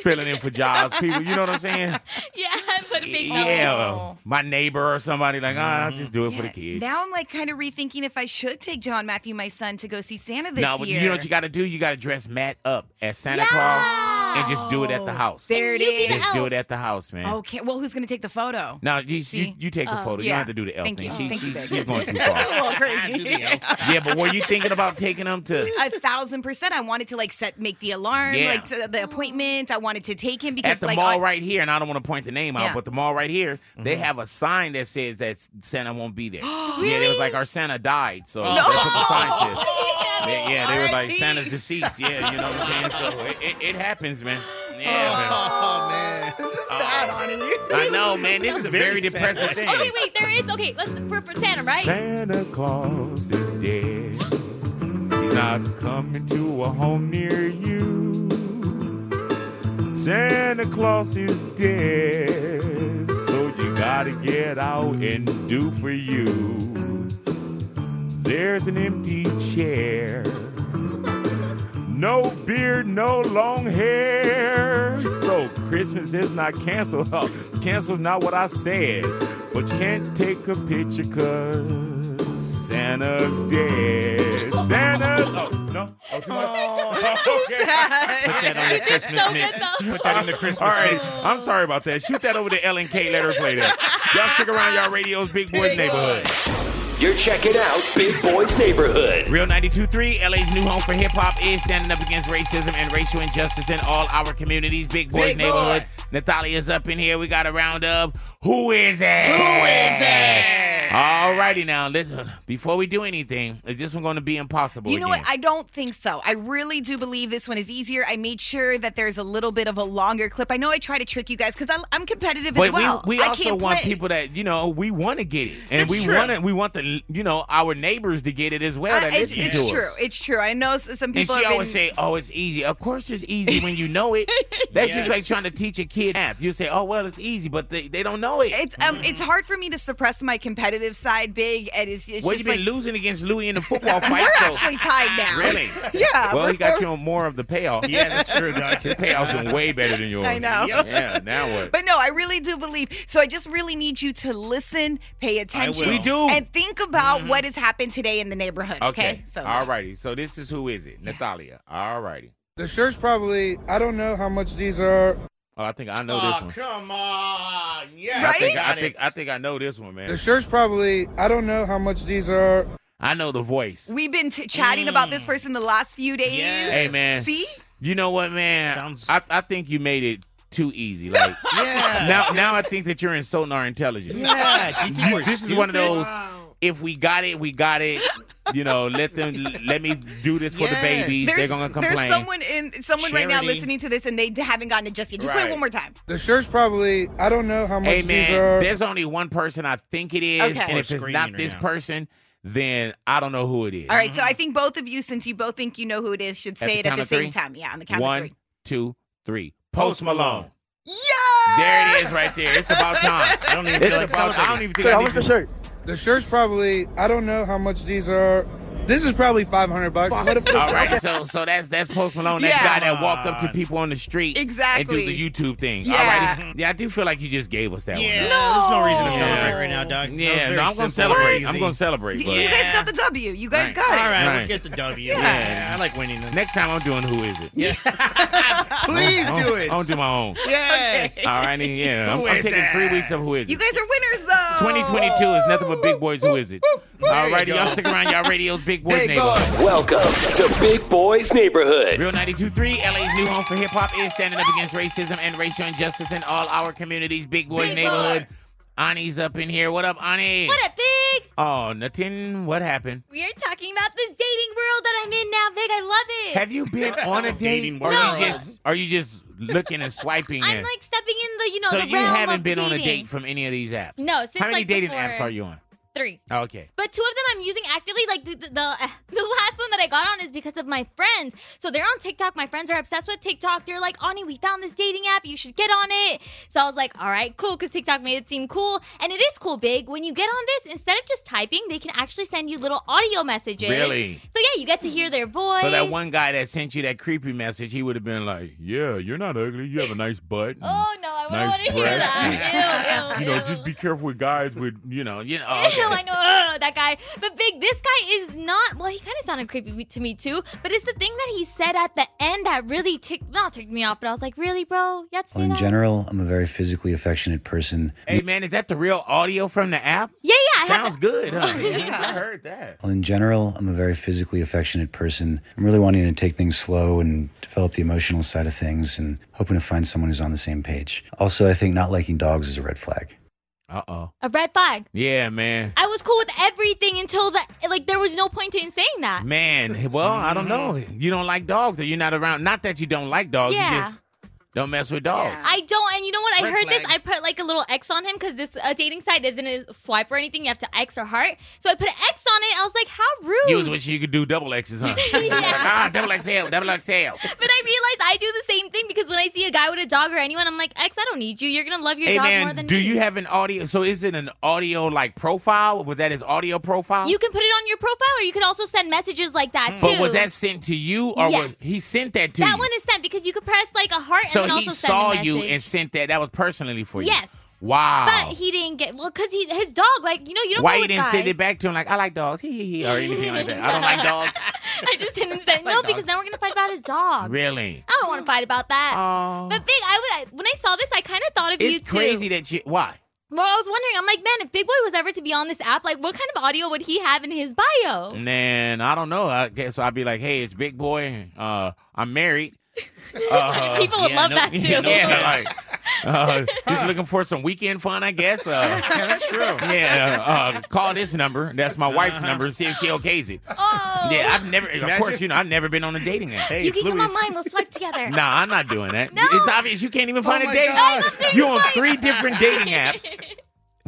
B: filling in for jobs. People, you know what I'm saying?
D: Yeah, I put a big
B: Yeah, my neighbor or somebody like, ah, I'll just do it for the kids.
C: Now I'm like kind of rethinking if I should take John Matthew, my son, to go see Santa this
B: No, but
C: year.
B: you know what you got to do? You got to dress Matt up as Santa Claus and just do it at the house.
C: There it is.
B: Just do it at the house, man.
C: Okay. Well, who's gonna take the photo?
B: No, you, you, you take the
C: Oh.
B: photo. You
C: Yeah.
B: don't have to do the elf
C: Thank
B: thing.
C: you.
B: She,
C: Thank
B: she,
C: you, babe.
B: she's going too
C: a
B: far.
C: little crazy.
B: yeah, but were you thinking about taking them to
C: a thousand percent. I wanted to like set, make the alarm,
B: Yeah.
C: like to the appointment. I wanted to take him because
B: at the
C: like
B: mall
C: I-
B: right here? And I don't want to point the name out,
C: Yeah. Mm-hmm.
B: but the mall right here, they have a sign that says that Santa won't be there. Yeah,
C: Really?
B: it was like our Santa died, so
F: No.
B: that's what the sign said. Yeah, yeah, they were like Santa's deceased. Yeah, you know what I'm saying. So it, it, it happens, man. Yeah,
E: Oh man,
C: this is
B: sad,
C: honey.
B: man. I know, man. This is a very depressing thing.
D: Okay, wait, there is okay. Let's for, for Santa, right?
B: Santa Claus is dead. He's not coming to a home near you. Santa Claus is dead. So you gotta get out and do for you. There's an empty chair. No beard, no long hair. So Christmas is not canceled. Cancel's not what I said. But you can't take a picture cause Santa's dead. Santa Oh no. Oh too much.
E: Put
B: Okay.
E: that on the Christmas mix. Put that on the Christmas
B: All right.
E: mix.
B: I'm sorry about that. Shoot that over to Ellen K. Let her play that. Y'all stick around, y'all radios, Big Boy Neighborhood.
O: You're checking out Big Boys Neighborhood.
B: Real 92.3, LA's new home for hip hop, is standing up against racism and racial injustice in all our communities. Big Boys
F: Big boy.
B: Neighborhood. Natalia's up in here. We got a round of Who Is It? Who Is It? All righty now, listen, before we do anything, is this one going to be impossible?
C: You know
B: again?
C: what? I don't think so. I really do believe this one is easier. I made sure that there's a little bit of a longer clip. I know I try to trick you guys because I'm competitive
B: But
C: as well.
B: we, we
C: I
B: also
C: can't
B: want
C: play.
B: people that you know we want to get it, and
C: That's
B: we
C: true.
B: want to we want the you know our neighbors to get it as well.
C: I-
B: that
C: it's
B: listen
C: it's
B: to
C: true.
B: us.
C: It's true. I know s- some
B: And
C: people.
B: she
C: have
B: always
C: been-
B: say, "Oh, it's easy." Of course, it's easy when you know it. That's just like trying to teach a kid math. You say, oh, well, it's easy, but they, they don't know it.
C: It's um, it's hard for me to suppress my competitive side big, and it's, it's
B: well,
C: just
B: you've been
C: like,
B: losing against Louis in the football fight.
C: we're
B: so.
C: actually tied now.
B: Really?
C: yeah.
B: Well,
C: we're
B: he got
C: four-
B: you on more of the payoff.
E: Yeah, that's true, Doc.
B: His payoff's been way better than yours.
C: I know. Yep.
B: Yeah, now what?
C: But no, I really do believe. So I just really need you to listen, pay attention,
B: We do. Mm-hmm.
C: and think about what has happened today in the neighborhood. Okay. So
B: all righty. So this is who is it? Natalia. All righty.
L: The shirt's probably, I don't know how much these are.
B: Oh, I think I know
L: Aw,
B: this one.
E: Come on. Yeah.
B: I think I think, I think I know this one, man.
L: The shirt's probably, I don't know how much these are.
B: I know the voice.
C: we've been t- chatting about
B: Mm.
C: this person the last few days.
B: Hey man.
C: See?
B: You know what, man? I, I think you made it too easy. Like
E: Yeah.
B: now now I think that you're insulting our intelligence.
E: Yeah, you think we're
B: this is one of
E: stupid?
B: those if we got it, we got it. You know, let them let me do this for the babies. They're gonna complain.
C: There's someone in someone right now
B: Charity.
C: listening to this, and they d- haven't gotten it just yet. Just play
B: Right.
C: it one more time.
L: The shirt's probably, I don't know how much
B: Hey
L: these
B: man,
L: are.
B: there's only one person I think it is,
C: Okay.
B: and
C: We're
B: if it's
C: screening
B: not
C: right
B: this
C: now.
B: person, then I don't know who it is.
C: All right, so I think both of you, since you both think you know who it is, should say it at the same time. Yeah, on the count
B: One,
C: of three.
B: two, three. Post Malone.
C: Yeah.
B: There it is, right there. It's about time.
L: I don't even
B: it's
L: feel like
B: about. I don't
L: celebrating.
B: even think.
L: Sir,
B: I
L: how
B: need
L: much the
B: to-
L: shirt? The shirt's probably, I don't know how much these are. This is probably 500 bucks.
B: All right, so so that's that's Post Malone, that
L: Yeah.
B: guy that walk up to people on the street
L: Exactly.
B: and do the YouTube thing. All
L: Yeah.
B: righty. yeah, I do feel like you just gave us that
E: Yeah,
B: one.
E: there's no reason to
B: Yeah.
E: celebrate right now, Doc. That was
B: Yeah,
E: very
B: no, I'm gonna
E: simple.
B: celebrate. I'm
E: Easy.
B: gonna celebrate.
C: You
B: but-
C: guys got the W. You guys
B: Right.
C: got it.
E: All right,
B: Right.
E: we'll get the W. Yeah. I like winning them.
B: Next time I'm doing who is it? Yeah.
E: Please do
B: I'm
E: it.
B: gonna do my own.
E: Yes.
B: All right, and yeah. I'm,
E: Who
B: I'm
E: is
B: taking
E: it?
B: three weeks of who is it.
C: You guys are winners, though.
B: 2022 is nothing but big boys. Who is it? All
O: you
B: righty,
O: go.
B: y'all stick around. Y'all radios, big boys
O: Big
B: neighborhood.
O: Welcome to Big Boys Neighborhood.
B: Real 92.3, LA's new home for hip hop, is standing up against racism and racial injustice in all our communities. Big boys
D: Big
B: neighborhood. Ani's up in here. What up, Ani?
D: What a big!
B: Oh, nothing. What happened?
D: We are talking about this dating world that I'm in now, Vic. I love it.
B: Have you been on a date?
D: dating
B: Or
D: world.
B: you just are you just looking and swiping?
D: I'm
B: and-
D: like stepping in the you know
B: so
D: the
B: you
D: realm
B: haven't
D: of
B: been on a
D: dating.
B: date from any of these apps.
D: No, since,
B: how many
D: like,
B: dating
D: before-
B: apps are you on?
D: Three.
B: Okay.
D: But two of them I'm using actively. Like the the, the, uh, the last one that I got on is because of my friends. So they're on TikTok. My friends are obsessed with TikTok. They're like, Ani, we found this dating app. You should get on it. So I was like, all right, cool, because TikTok made it seem cool, and it is cool, big. When you get on this, instead of just typing, they can actually send you little audio messages.
B: Really?
D: So yeah, you get to hear their voice.
B: So that one guy that sent you that creepy message, he would have been like, "Yeah, you're not ugly. You have a nice butt. and
D: Oh no, I wouldn't
B: nice
D: want to hear
B: breasts.
D: that. Ew, ew,
B: you know, just be careful with guys with you know, you know."
D: Ew,
B: Oh, okay.
D: I know ugh, that guy. But Big, this guy is not. Well, he kind of sounded creepy to me too. But it's the thing that he said at the end that really ticked not ticked me off. But I was like, really, bro? You have to say
P: in
D: that?
P: general, I'm a very physically affectionate person.
B: Hey man, is that the real audio from the app?
D: Yeah, yeah. I had
B: Sounds good, huh? I heard that.
P: Well, in general, I'm a very physically affectionate person. I'm really wanting to take things slow and develop the emotional side of things and hoping to find someone who's on the same page. Also, I think not liking dogs is a red flag.
B: Uh oh.
D: A red flag.
B: Yeah, man.
D: I was cool with everything until the like. There was no point in saying that.
B: Man, well, I don't know. You don't like dogs, or you're not around. Not that you don't like dogs, you
D: Yeah.
B: just don't mess with dogs.
D: I don't, and you know what? I
B: Red
D: heard this. I
B: flag.
D: put like a little X on him because this uh, dating site isn't a swipe or anything. You have to X or heart. So I put an X on it. I was like, how rude.
B: You was wishing you could do double X's, huh? ah, double XL, double XL.
D: But I realized I do the same thing because when I see a guy with a dog or anyone, I'm like, X, I don't need you. You're gonna love your
B: hey
D: dog more than
B: man, do
D: me.
B: you have an audio? So is it an audio like profile? Was that his audio profile?
D: You can put it on your profile, or you can also send messages like that too.
B: But was that sent to you, or
D: Yes.
B: was he sent that to
D: That
B: you?
D: one is sent because you could press like a heart
B: so
D: and then
B: he
D: also send
B: saw
D: a message.
B: you and sent that. That was personally for you.
D: Yes.
B: Wow.
D: But he didn't get well because he his dog like you know you don't
B: Why
D: go
B: you
D: with
B: didn't
D: guys.
B: send it back to him like I like dogs, hee hee hee, or anything like that? I don't like dogs.
D: I just didn't send no because now we're gonna fight about his dog.
B: Really? Oh.
D: I don't want to fight about that. But Big, I would I- when I saw this, I kind of thought of you
B: It's
D: too.
B: crazy that you. Why?
D: Well, I was wondering. I'm like, man, if Big Boy was ever to be on this app, like, what kind of audio would he have in his bio?
B: Man, I don't know. I guess I'd be like, hey, it's Big Boy. Uh, I'm married. Uh,
D: People would Yeah, love no- that, too.
B: Yeah,
D: no
B: like, uh, just looking for some weekend fun, I guess. Uh,
E: Yeah, that's true. Uh-huh.
B: yeah, uh, call this number. That's my wife's number. See if she okays it.
D: Oh.
B: Yeah, I've never. Of course, you know, I've never been on a dating app.
D: you can come on mine. We'll swipe together.
B: Nah, I'm not doing that. It's obvious you can't even find a
D: my
B: date.
D: God. I don't think
B: You're on
D: so.
B: three different dating apps.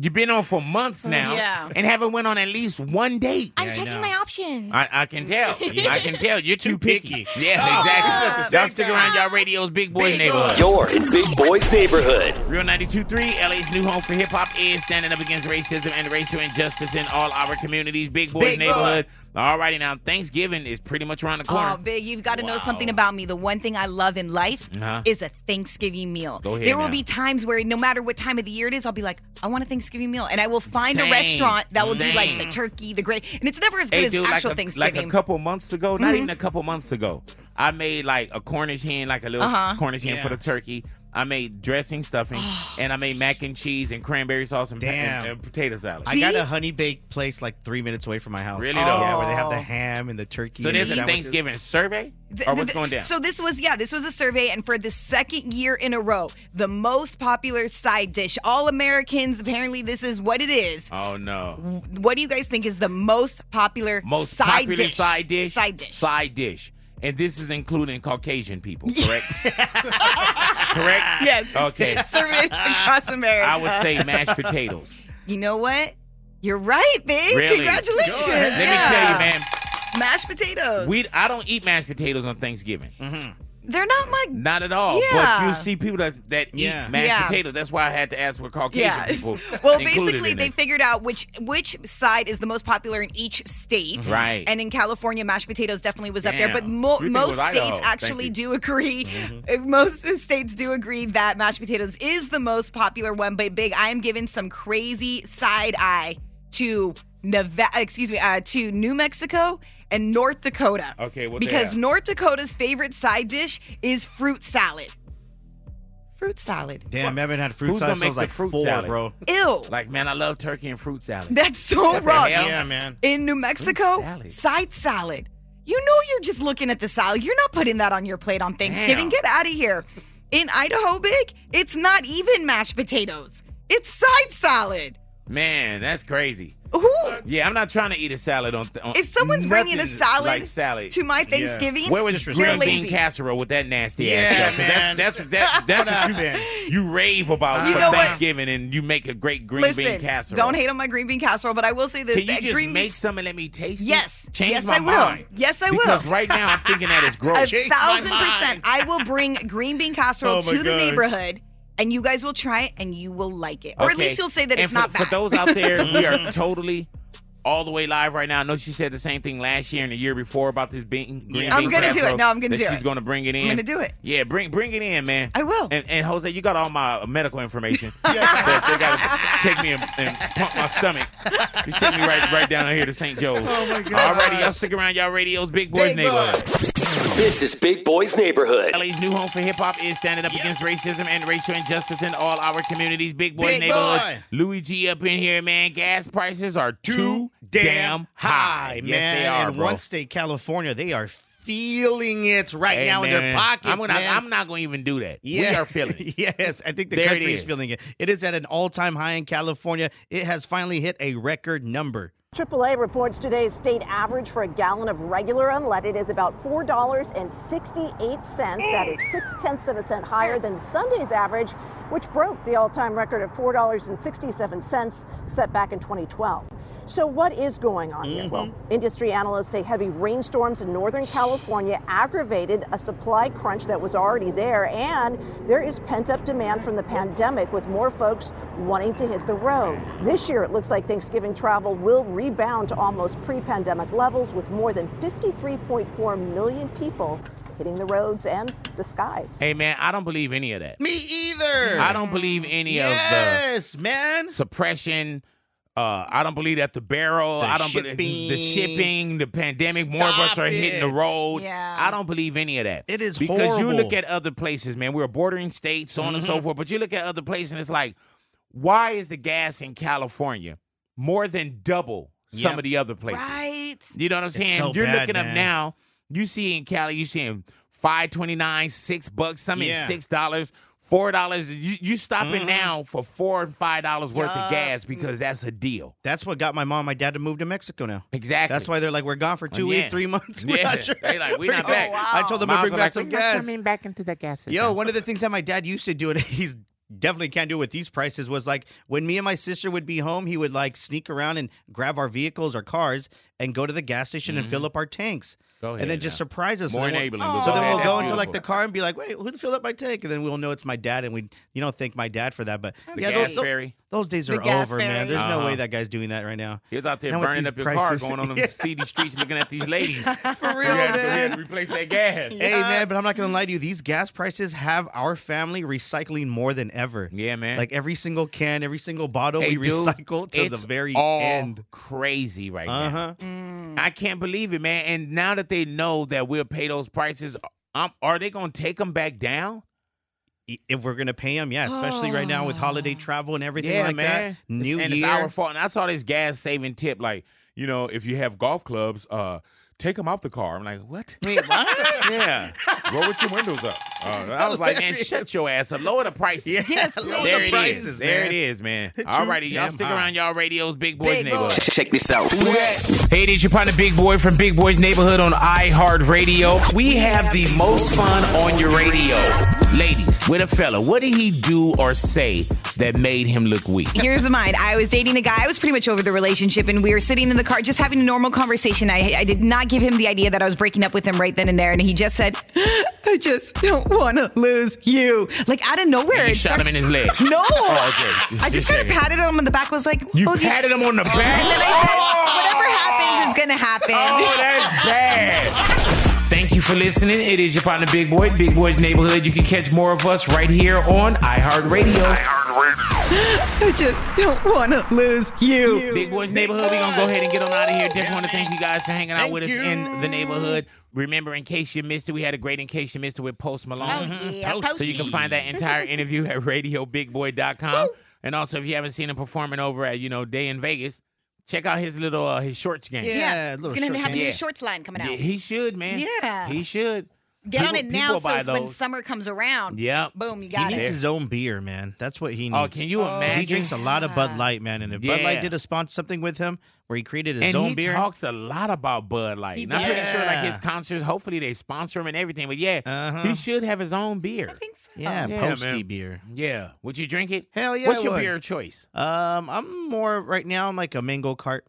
B: You've been on for months now,
D: Mm, Yeah.
B: and haven't went on at least one date.
D: I'm checking my options.
B: I, I can tell. I can tell. You're too picky. Yeah,
D: Oh,
B: exactly.
D: yeah.
B: y'all stick around y'all radio's Big Boy Neighborhood.
O: You're in Big Boy's Neighborhood.
B: Real 92.3, LA's new home for hip hop is standing up against racism and racial injustice in all our communities. Big Boy's
C: Big boy.
B: Neighborhood. All righty, now Thanksgiving is pretty much around the corner.
C: Oh, Big, you've got to
B: Wow.
C: know something about me. The one thing I love in life
B: Uh-huh.
C: is a Thanksgiving meal.
B: Go ahead
C: there will
B: now.
C: be times where no matter what time of the year it is, I'll be like, I want a Thanksgiving meal. And I will find
B: Same.
C: a restaurant that will do like
B: Same.
C: the turkey, the gravy. And it's never as good
B: Hey,
C: as
B: dude,
C: actual
B: like a,
C: Thanksgiving.
B: Like a couple months ago, not
C: Mhm.
B: even a couple months ago, I made like a Cornish hen, like a little
C: Uh-huh. Oh,
B: Cornish hen
C: Yeah.
B: for the turkey. I made dressing stuffing, and I made mac and cheese and cranberry sauce and, pa- and,
E: Damn.
B: and potato salad.
E: I got a honey baked place like three minutes away from my house.
B: Really, though?
E: Yeah, where they have the
B: Oh.
E: ham and the turkey.
B: So
E: and
B: there's a
E: sandwiches.
B: Thanksgiving survey,
C: Th-
B: or
C: th-
B: what's going down?
C: So this was yeah, this was a survey, and for the second year in a row, the most popular side dish. All Americans apparently this is what it is.
B: oh no,
C: What do you guys think is the most popular
B: most
C: side
B: popular
C: dish?
B: side dish,
C: Side dish.
B: side dish, and this is including Caucasian people, correct? correct?
C: Yes.
B: Okay.
C: Surveyed across America.
B: I would say mashed potatoes.
C: You know what? You're right, big.
B: Really?
C: Congratulations.
B: Let me tell you, man.
C: Mashed potatoes.
B: We I don't eat mashed potatoes on Thanksgiving.
E: Mm-hmm.
C: They're not my.
B: Not at all. But
C: Yeah.
B: you see people that that
C: Yeah.
B: eat mashed
C: Yeah.
B: potatoes. That's why I had to ask where Caucasian
C: Yeah.
B: people.
C: Well,
B: included
C: basically,
B: in
C: they
B: this.
C: figured out which which side is the most popular in each state.
B: Right.
C: And in California, mashed potatoes definitely was up there. But
B: Damn.
C: mo-
B: You think it
C: most
B: was
C: states
B: Idaho. Thank
C: actually
B: you. Mm-hmm.
C: do agree. uh, Most states do agree that mashed potatoes is the most popular one. But big, I am giving some crazy side eye to Nevada. Excuse me, uh, to New Mexico and North Dakota.
B: Okay, what they
C: because
B: have?
C: North Dakota's favorite side dish is fruit salad. Fruit salad.
E: Damn, I haven't had fruit
B: Who's
E: salad since I
B: gonna make
E: was
B: the
E: like
B: fruit
E: four,
B: salad,
E: bro.
C: Ew.
B: Like, man, I love turkey and fruit salad.
C: That's so
B: What the
C: wrong.
B: hell? Yeah, man.
C: In New Mexico, side salad. You know you're just looking at the salad. You're not putting that on your plate on
B: Damn.
C: Thanksgiving. Get out of here. In Idaho, big, it's not even mashed potatoes. It's side salad.
B: Man, that's crazy.
C: Who?
B: Yeah, I'm not trying to eat a salad on. Th- on
C: If someone's bringing
B: Uh,
C: a
B: nothing
C: salad
B: like salad
C: to my Thanksgiving,
B: where was
C: Disrespectful.
B: green
C: they're
B: bean
C: lazy.
B: casserole with that nasty ass
C: Yeah,
B: stuff? 'Cause That's that's that, that's what you, you rave about
C: You
B: for
C: know what?
B: Thanksgiving, and you make a great green
C: Listen,
B: bean casserole.
C: don't hate on my green bean casserole, but I will say this:
B: Can you
C: that
B: just
C: green
B: make some and let me taste
C: yes,
B: Change
C: yes,
B: my
C: I will.
B: mind.
C: Yes, I will.
B: Because right now I'm thinking that is
C: a
B: gross.
C: thousand percent. I will bring green bean casserole
B: Oh my
C: to the
B: gosh.
C: neighborhood, and you guys will try it, and you will like it, or at
B: Okay.
C: least you'll say that
B: And
C: it's
B: for,
C: not bad.
B: For those out there, we are totally all the way live right now. I know she said the same thing last year and the year before about this bean, green
C: I'm
B: bean
C: gonna do it.
B: casserole
C: No, I'm gonna
B: that
C: do
B: She's
C: it.
B: going to bring it in.
C: I'm gonna do it.
B: Yeah, bring bring it in, man. I
C: will.
B: And, and Jose, you got all my medical information. So if they got to take me and, and pump my stomach, just take me right right down here to St. Joe's.
O: Oh, my God.
B: All righty, y'all stick around. Y'all radios, Big Boys Neighborhood.
O: This is Big Boy's Neighborhood.
B: LA's new home for hip hop is standing up against racism and racial injustice in all our communities. Big boy
O: Big
B: neighborhood.
O: boy.
B: Louis G up in here, man. Gas prices are too, damn, high.
E: man.
B: Yes, they are,
E: and
B: bro.
E: one state, California, they are feeling it right
B: Hey,
E: now in their
B: man,
E: pockets.
B: I'm, gonna,
E: man.
B: I'm not going to even do that. We
E: Yeah.
B: are feeling it.
E: yes, I think the
B: There it
E: country is
B: is.
E: feeling it. It is at an all-time high in California. It has finally hit a record number.
Q: AAA reports today's state average for a gallon of regular unleaded is about $4.68. That is six tenths of a cent higher than Sunday's average, which broke the all time record of $4.67 set back in 2012. So, what is going on here? Well, Mm-hmm. industry analysts say heavy rainstorms in Northern California aggravated a supply crunch that was already there, and there is pent up demand from the pandemic with more folks wanting to hit the road. This year, it looks like Thanksgiving travel will rebound to almost pre pandemic levels with more than 53.4 million people hitting the roads and the skies.
B: Hey, man, I don't believe any of that.
E: Me either.
B: I don't believe any
E: of the man.
B: suppression. Uh, I don't believe that the barrel.
E: The
B: I don't
E: shipping.
B: believe the shipping, the pandemic. more of us
E: Stop
B: are hitting the
E: it.
B: road.
E: Yeah.
B: I don't believe any of that.
E: It is
B: because you look
E: horrible. Mm-hmm.
B: at other places, man. We're bordering states, so on and so forth. But you look at other places, and it's like, why is the gas in California more than double some
E: Yep.
B: of the other places?
C: Right.
B: You know what I'm
E: It's
B: saying?
E: so
B: You're
E: bad,
B: looking up
E: man.
B: now. You see in Cali, you seeing five twenty nine, six bucks, some in
E: Yeah.
B: six dollars, four dollars. You you stopping
E: Mhm.
B: now for four and five dollars worth
E: Yeah.
B: of gas because that's a deal.
E: That's what got my mom and my dad to move to Mexico now.
B: Exactly.
E: That's why they're like, we're gone for two
B: Yeah.
E: weeks, three months. We're
B: Yeah.
E: not sure.
B: They like, we're not back.
E: I told them to
B: Moms
E: bring
B: are
E: back
B: like,
E: some
B: "We're not
E: gas.
B: coming back into the gas.
E: Yo, one of the things that my dad used to do, and he's definitely can't do it with these prices was like when me and my sister would be home, he would like sneak around and grab our vehicles or cars and go to the gas station and fill up our tanks.
B: Mm-hmm. ahead
E: and then just
B: now.
E: surprise us.
B: More
E: and then we'll-
B: enabling, but
E: So
B: go
E: then
B: ahead.
E: we'll go
B: That's
E: into like the
B: beautiful.
E: car and be like, wait, who filled up my tank? And then we'll know it's my dad. And we, you know, thank my dad for that. But
B: The
E: those-
B: gas fairy.
E: Those days
B: The
E: are
B: gas
E: over, man.
B: fairy.
E: There's no
B: Uh-huh.
E: way that guy's doing that right now.
B: He was out there
E: Now with
B: burning
E: these
B: up your
E: prices-
B: car, going on them
E: Yeah.
B: seedy streets, looking at these ladies. For
E: real, man.
B: Replace that gas.
E: Hey man, but I'm not gonna lie to you. These gas prices have our family recycling more than ever.
B: Yeah, man.
E: Like every single can, every single bottle
B: Hey,
E: we
B: dude,
E: recycle to
B: it's
E: the very
B: all
E: end.
B: Crazy right
E: Uh-huh.
B: now. I can't believe it, man. And now that they know that we'll pay those prices, um, are they going to take them back down?
E: If we're gonna pay them, yeah. Especially right now with holiday travel and everything
B: yeah,
E: like
B: man.
E: that. New
B: it's, and
E: year.
B: it's our fault. And I saw this gas saving tip, like you know, if you have golf clubs, uh, take them out the car. I'm like, what?
E: Wait, what?
B: yeah, roll with your windows up. Uh, I was like, man, shut your ass up. Lower the prices.
E: Yeah, Yes, lower the
B: there it is.
E: prices,
B: There
E: man.
B: it is, man.
E: Too
B: All righty, y'all
E: damn
B: stick
E: high.
B: around, y'all radios, big boys
E: Big
B: neighborhood.
E: boys.
B: Check this out. Hey, it is your partner, Big Boy from Big Boys Neighborhood on iHeartRadio. We have the most fun on your radio. Ladies, with a fella, what did he do or say that made him look weak?
C: Here's mine. I was dating a guy. I was pretty much over the relationship, and we were sitting in the car just having a normal conversation. I, I did not give him the idea that I was breaking up with him right then and there, and he just said, "I just don't want to lose you." Like out of nowhere,
B: And you
C: it
B: shot him in his leg.
C: No,
B: Oh, okay. Just-
C: I
B: just
C: just kind of
B: checking.
C: patted him on the back. Was like,
B: You
C: "Oh,
B: patted him on the back?
C: and then I said, "Whatever happens is gonna happen."
B: Oh, that's bad. Thank you for listening. It is your partner, Big Boy, Big Boy's Neighborhood. You can catch more of us right here on iHeartRadio.
C: I just don't want to lose you.
B: Big Boys Neighborhood, we're going to go ahead and get on out of here. Definitely want to thank you guys for hanging out with us in the neighborhood. Remember, in case you missed it, we had a great In Case You Missed It with Post Malone.
A: Oh, yeah,
B: So you can
A: Posty.
B: find that entire interview at RadioBigBoy.com. And also, if you haven't seen him performing over at, you know, Day in Vegas, check out his little uh, his shorts game.
C: yeah. It's gonna have a new
B: Yeah.
C: shorts line coming out.
B: Yeah, he should, man.
C: Yeah.
B: He should.
C: Get on
B: People-
C: it now,
B: people
C: so
B: buy
C: it's when
B: those.
C: summer comes around,
E: Yep.
C: boom, you
E: He
C: got
E: needs
C: it.
E: his own beer, man. That's what he needs.
B: Oh, can you
E: He
B: imagine?
E: drinks a lot of Bud Light, man. And if Bud
B: Yeah.
E: Light did a sponsor something with him where he created his
B: and
E: own
B: he
E: beer.
B: talks a lot about Bud Light. And I'm pretty
E: does.
B: sure like his
E: Yeah.
B: concerts, hopefully they sponsor him and everything. But yeah,
E: Uh-huh.
B: he should have his own beer. I think so.
E: yeah, Posty beer.
B: Yeah. Would you drink it?
E: Hell yeah.
B: What's
E: I
B: your
E: would.
B: beer of choice?
E: Um, I'm more right now. I'm like a mango cart.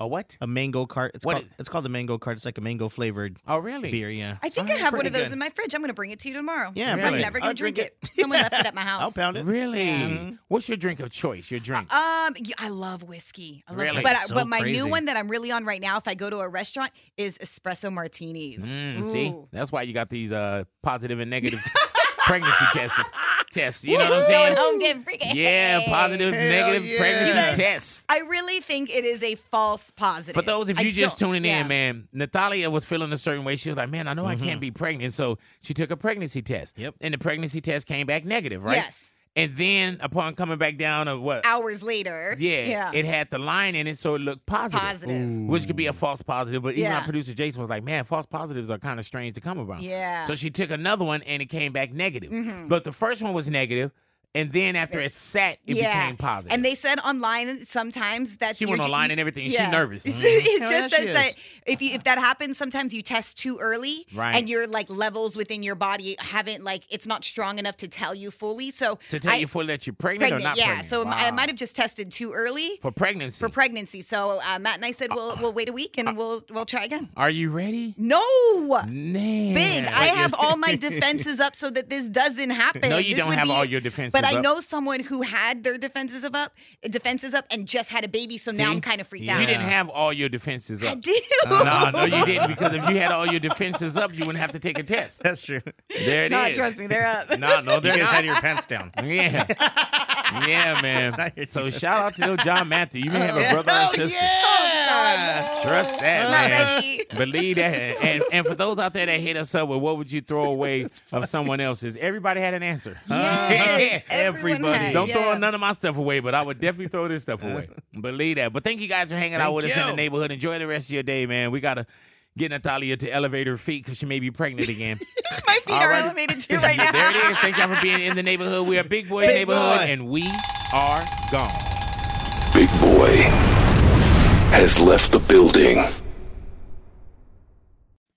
B: A what?
E: A mango cart. It's
B: What
E: called, it's called the mango cart. It's like a mango flavored.
B: Oh really?
E: Beer, yeah.
C: I think I have one of those in my fridge. I'm going to bring it to you tomorrow.
E: Yeah,
C: 'Cause I'm
E: really.
C: never going
E: I'll
C: to drink,
E: drink
C: it. Someone left it at my house.
B: Really?
C: Yeah.
B: What's your drink of choice? Your drink?
C: Um, y- I love whiskey. I love
B: Really?
C: But,
B: That's so
C: but my
B: crazy.
C: new one that I'm really on right now, if I go to a restaurant, is espresso martinis.
B: Mm, see,
C: Ooh.
B: that's why you got these uh, positive and negative pregnancy tests. Tests. You know what I'm saying?
C: Woo-hoo, I'm getting freaky.
B: Yeah, positive,
C: Hell
B: negative
C: yeah.
B: pregnancy
C: You guys-
B: tests.
C: I really think it is a false positive.
B: For those of
C: I
B: you just
C: don't-
B: tuning
C: yeah.
B: in, man, Natalia was feeling a certain way. She was like, "Man, I know I can't
E: Mhm.
B: be pregnant," so she took a pregnancy test. Yep. And the pregnancy test came back negative, right?
C: Yes.
B: And then upon coming back down, of what?
C: Hours later.
B: Yeah, it had the line in it, so it looked positive,
C: Positive.
B: which could be a false positive. But even
C: Yeah.
B: our producer Jason was like, "Man, false positives are kind of strange to come about."
C: Yeah.
B: So she took another one, and it came back negative.
C: Mhm.
B: But the first one was negative, and then after it sat, it became positive.
C: And they said online sometimes that
B: She
C: you're
B: went
C: ju-
B: online
C: you-
B: and everything. She nervous.
C: it
B: Mhm. Hell yeah,
C: just
B: she
C: says
B: is.
C: that if you, if that happens, sometimes you test too early,
B: Right.
C: And your like levels within your body haven't like it's not strong enough to tell you fully. So
B: to tell
C: I-
B: you fully that you're pregnant, or not
C: yeah.
B: pregnant.
C: So I
B: Wow.
C: might have just tested too early
B: for pregnancy. uh,
C: for pregnancy. So uh, Matt and I said we'll we'll wait a week and we'll we'll try again.
B: Are you ready?
C: No,
B: Man.
C: big. I have all my defenses up so that this doesn't happen.
B: No, you
C: This
B: don't
C: would
B: have
C: be-
B: all your defenses
C: But I
B: up.
C: know someone who had their defenses up, up defenses up, and just had a baby. So now
B: See?
C: I'm kind of freaked out.
B: You didn't have all your defenses up.
C: I do.
B: no, no, you didn't. Because if you had all your defenses up, you wouldn't have to take a test.
E: That's true.
B: There it is.
C: No, trust me, they're up.
B: No, no,
E: You
B: they're
E: guys
B: not.
E: had your pants down.
B: Yeah. Yeah, man. So shout out to little John Matthew. You may have
C: Oh,
B: a brother and sister. Trust that,
A: Not
B: man. Believe that. And, and for those out there that hit us up with what would you throw away of someone else's, everybody had an answer.
E: Yes, everyone had,
B: Don't throw
E: yeah.
B: none of my stuff away, but I would definitely throw this stuff away. Believe that. But thank you guys for hanging out
E: Thank
B: with us in the
E: you.
B: neighborhood. Enjoy the rest of your day, man. We got to get Natalia to elevate her feet because she may be pregnant again.
C: My feet
B: All
C: are
B: right.
C: elevated too right now.
B: there it is. Thank y'all for being in the neighborhood. We are Big Boy
C: Big
B: Neighborhood,
C: Boy.
B: and we are gone.
R: Big Boy has left the building.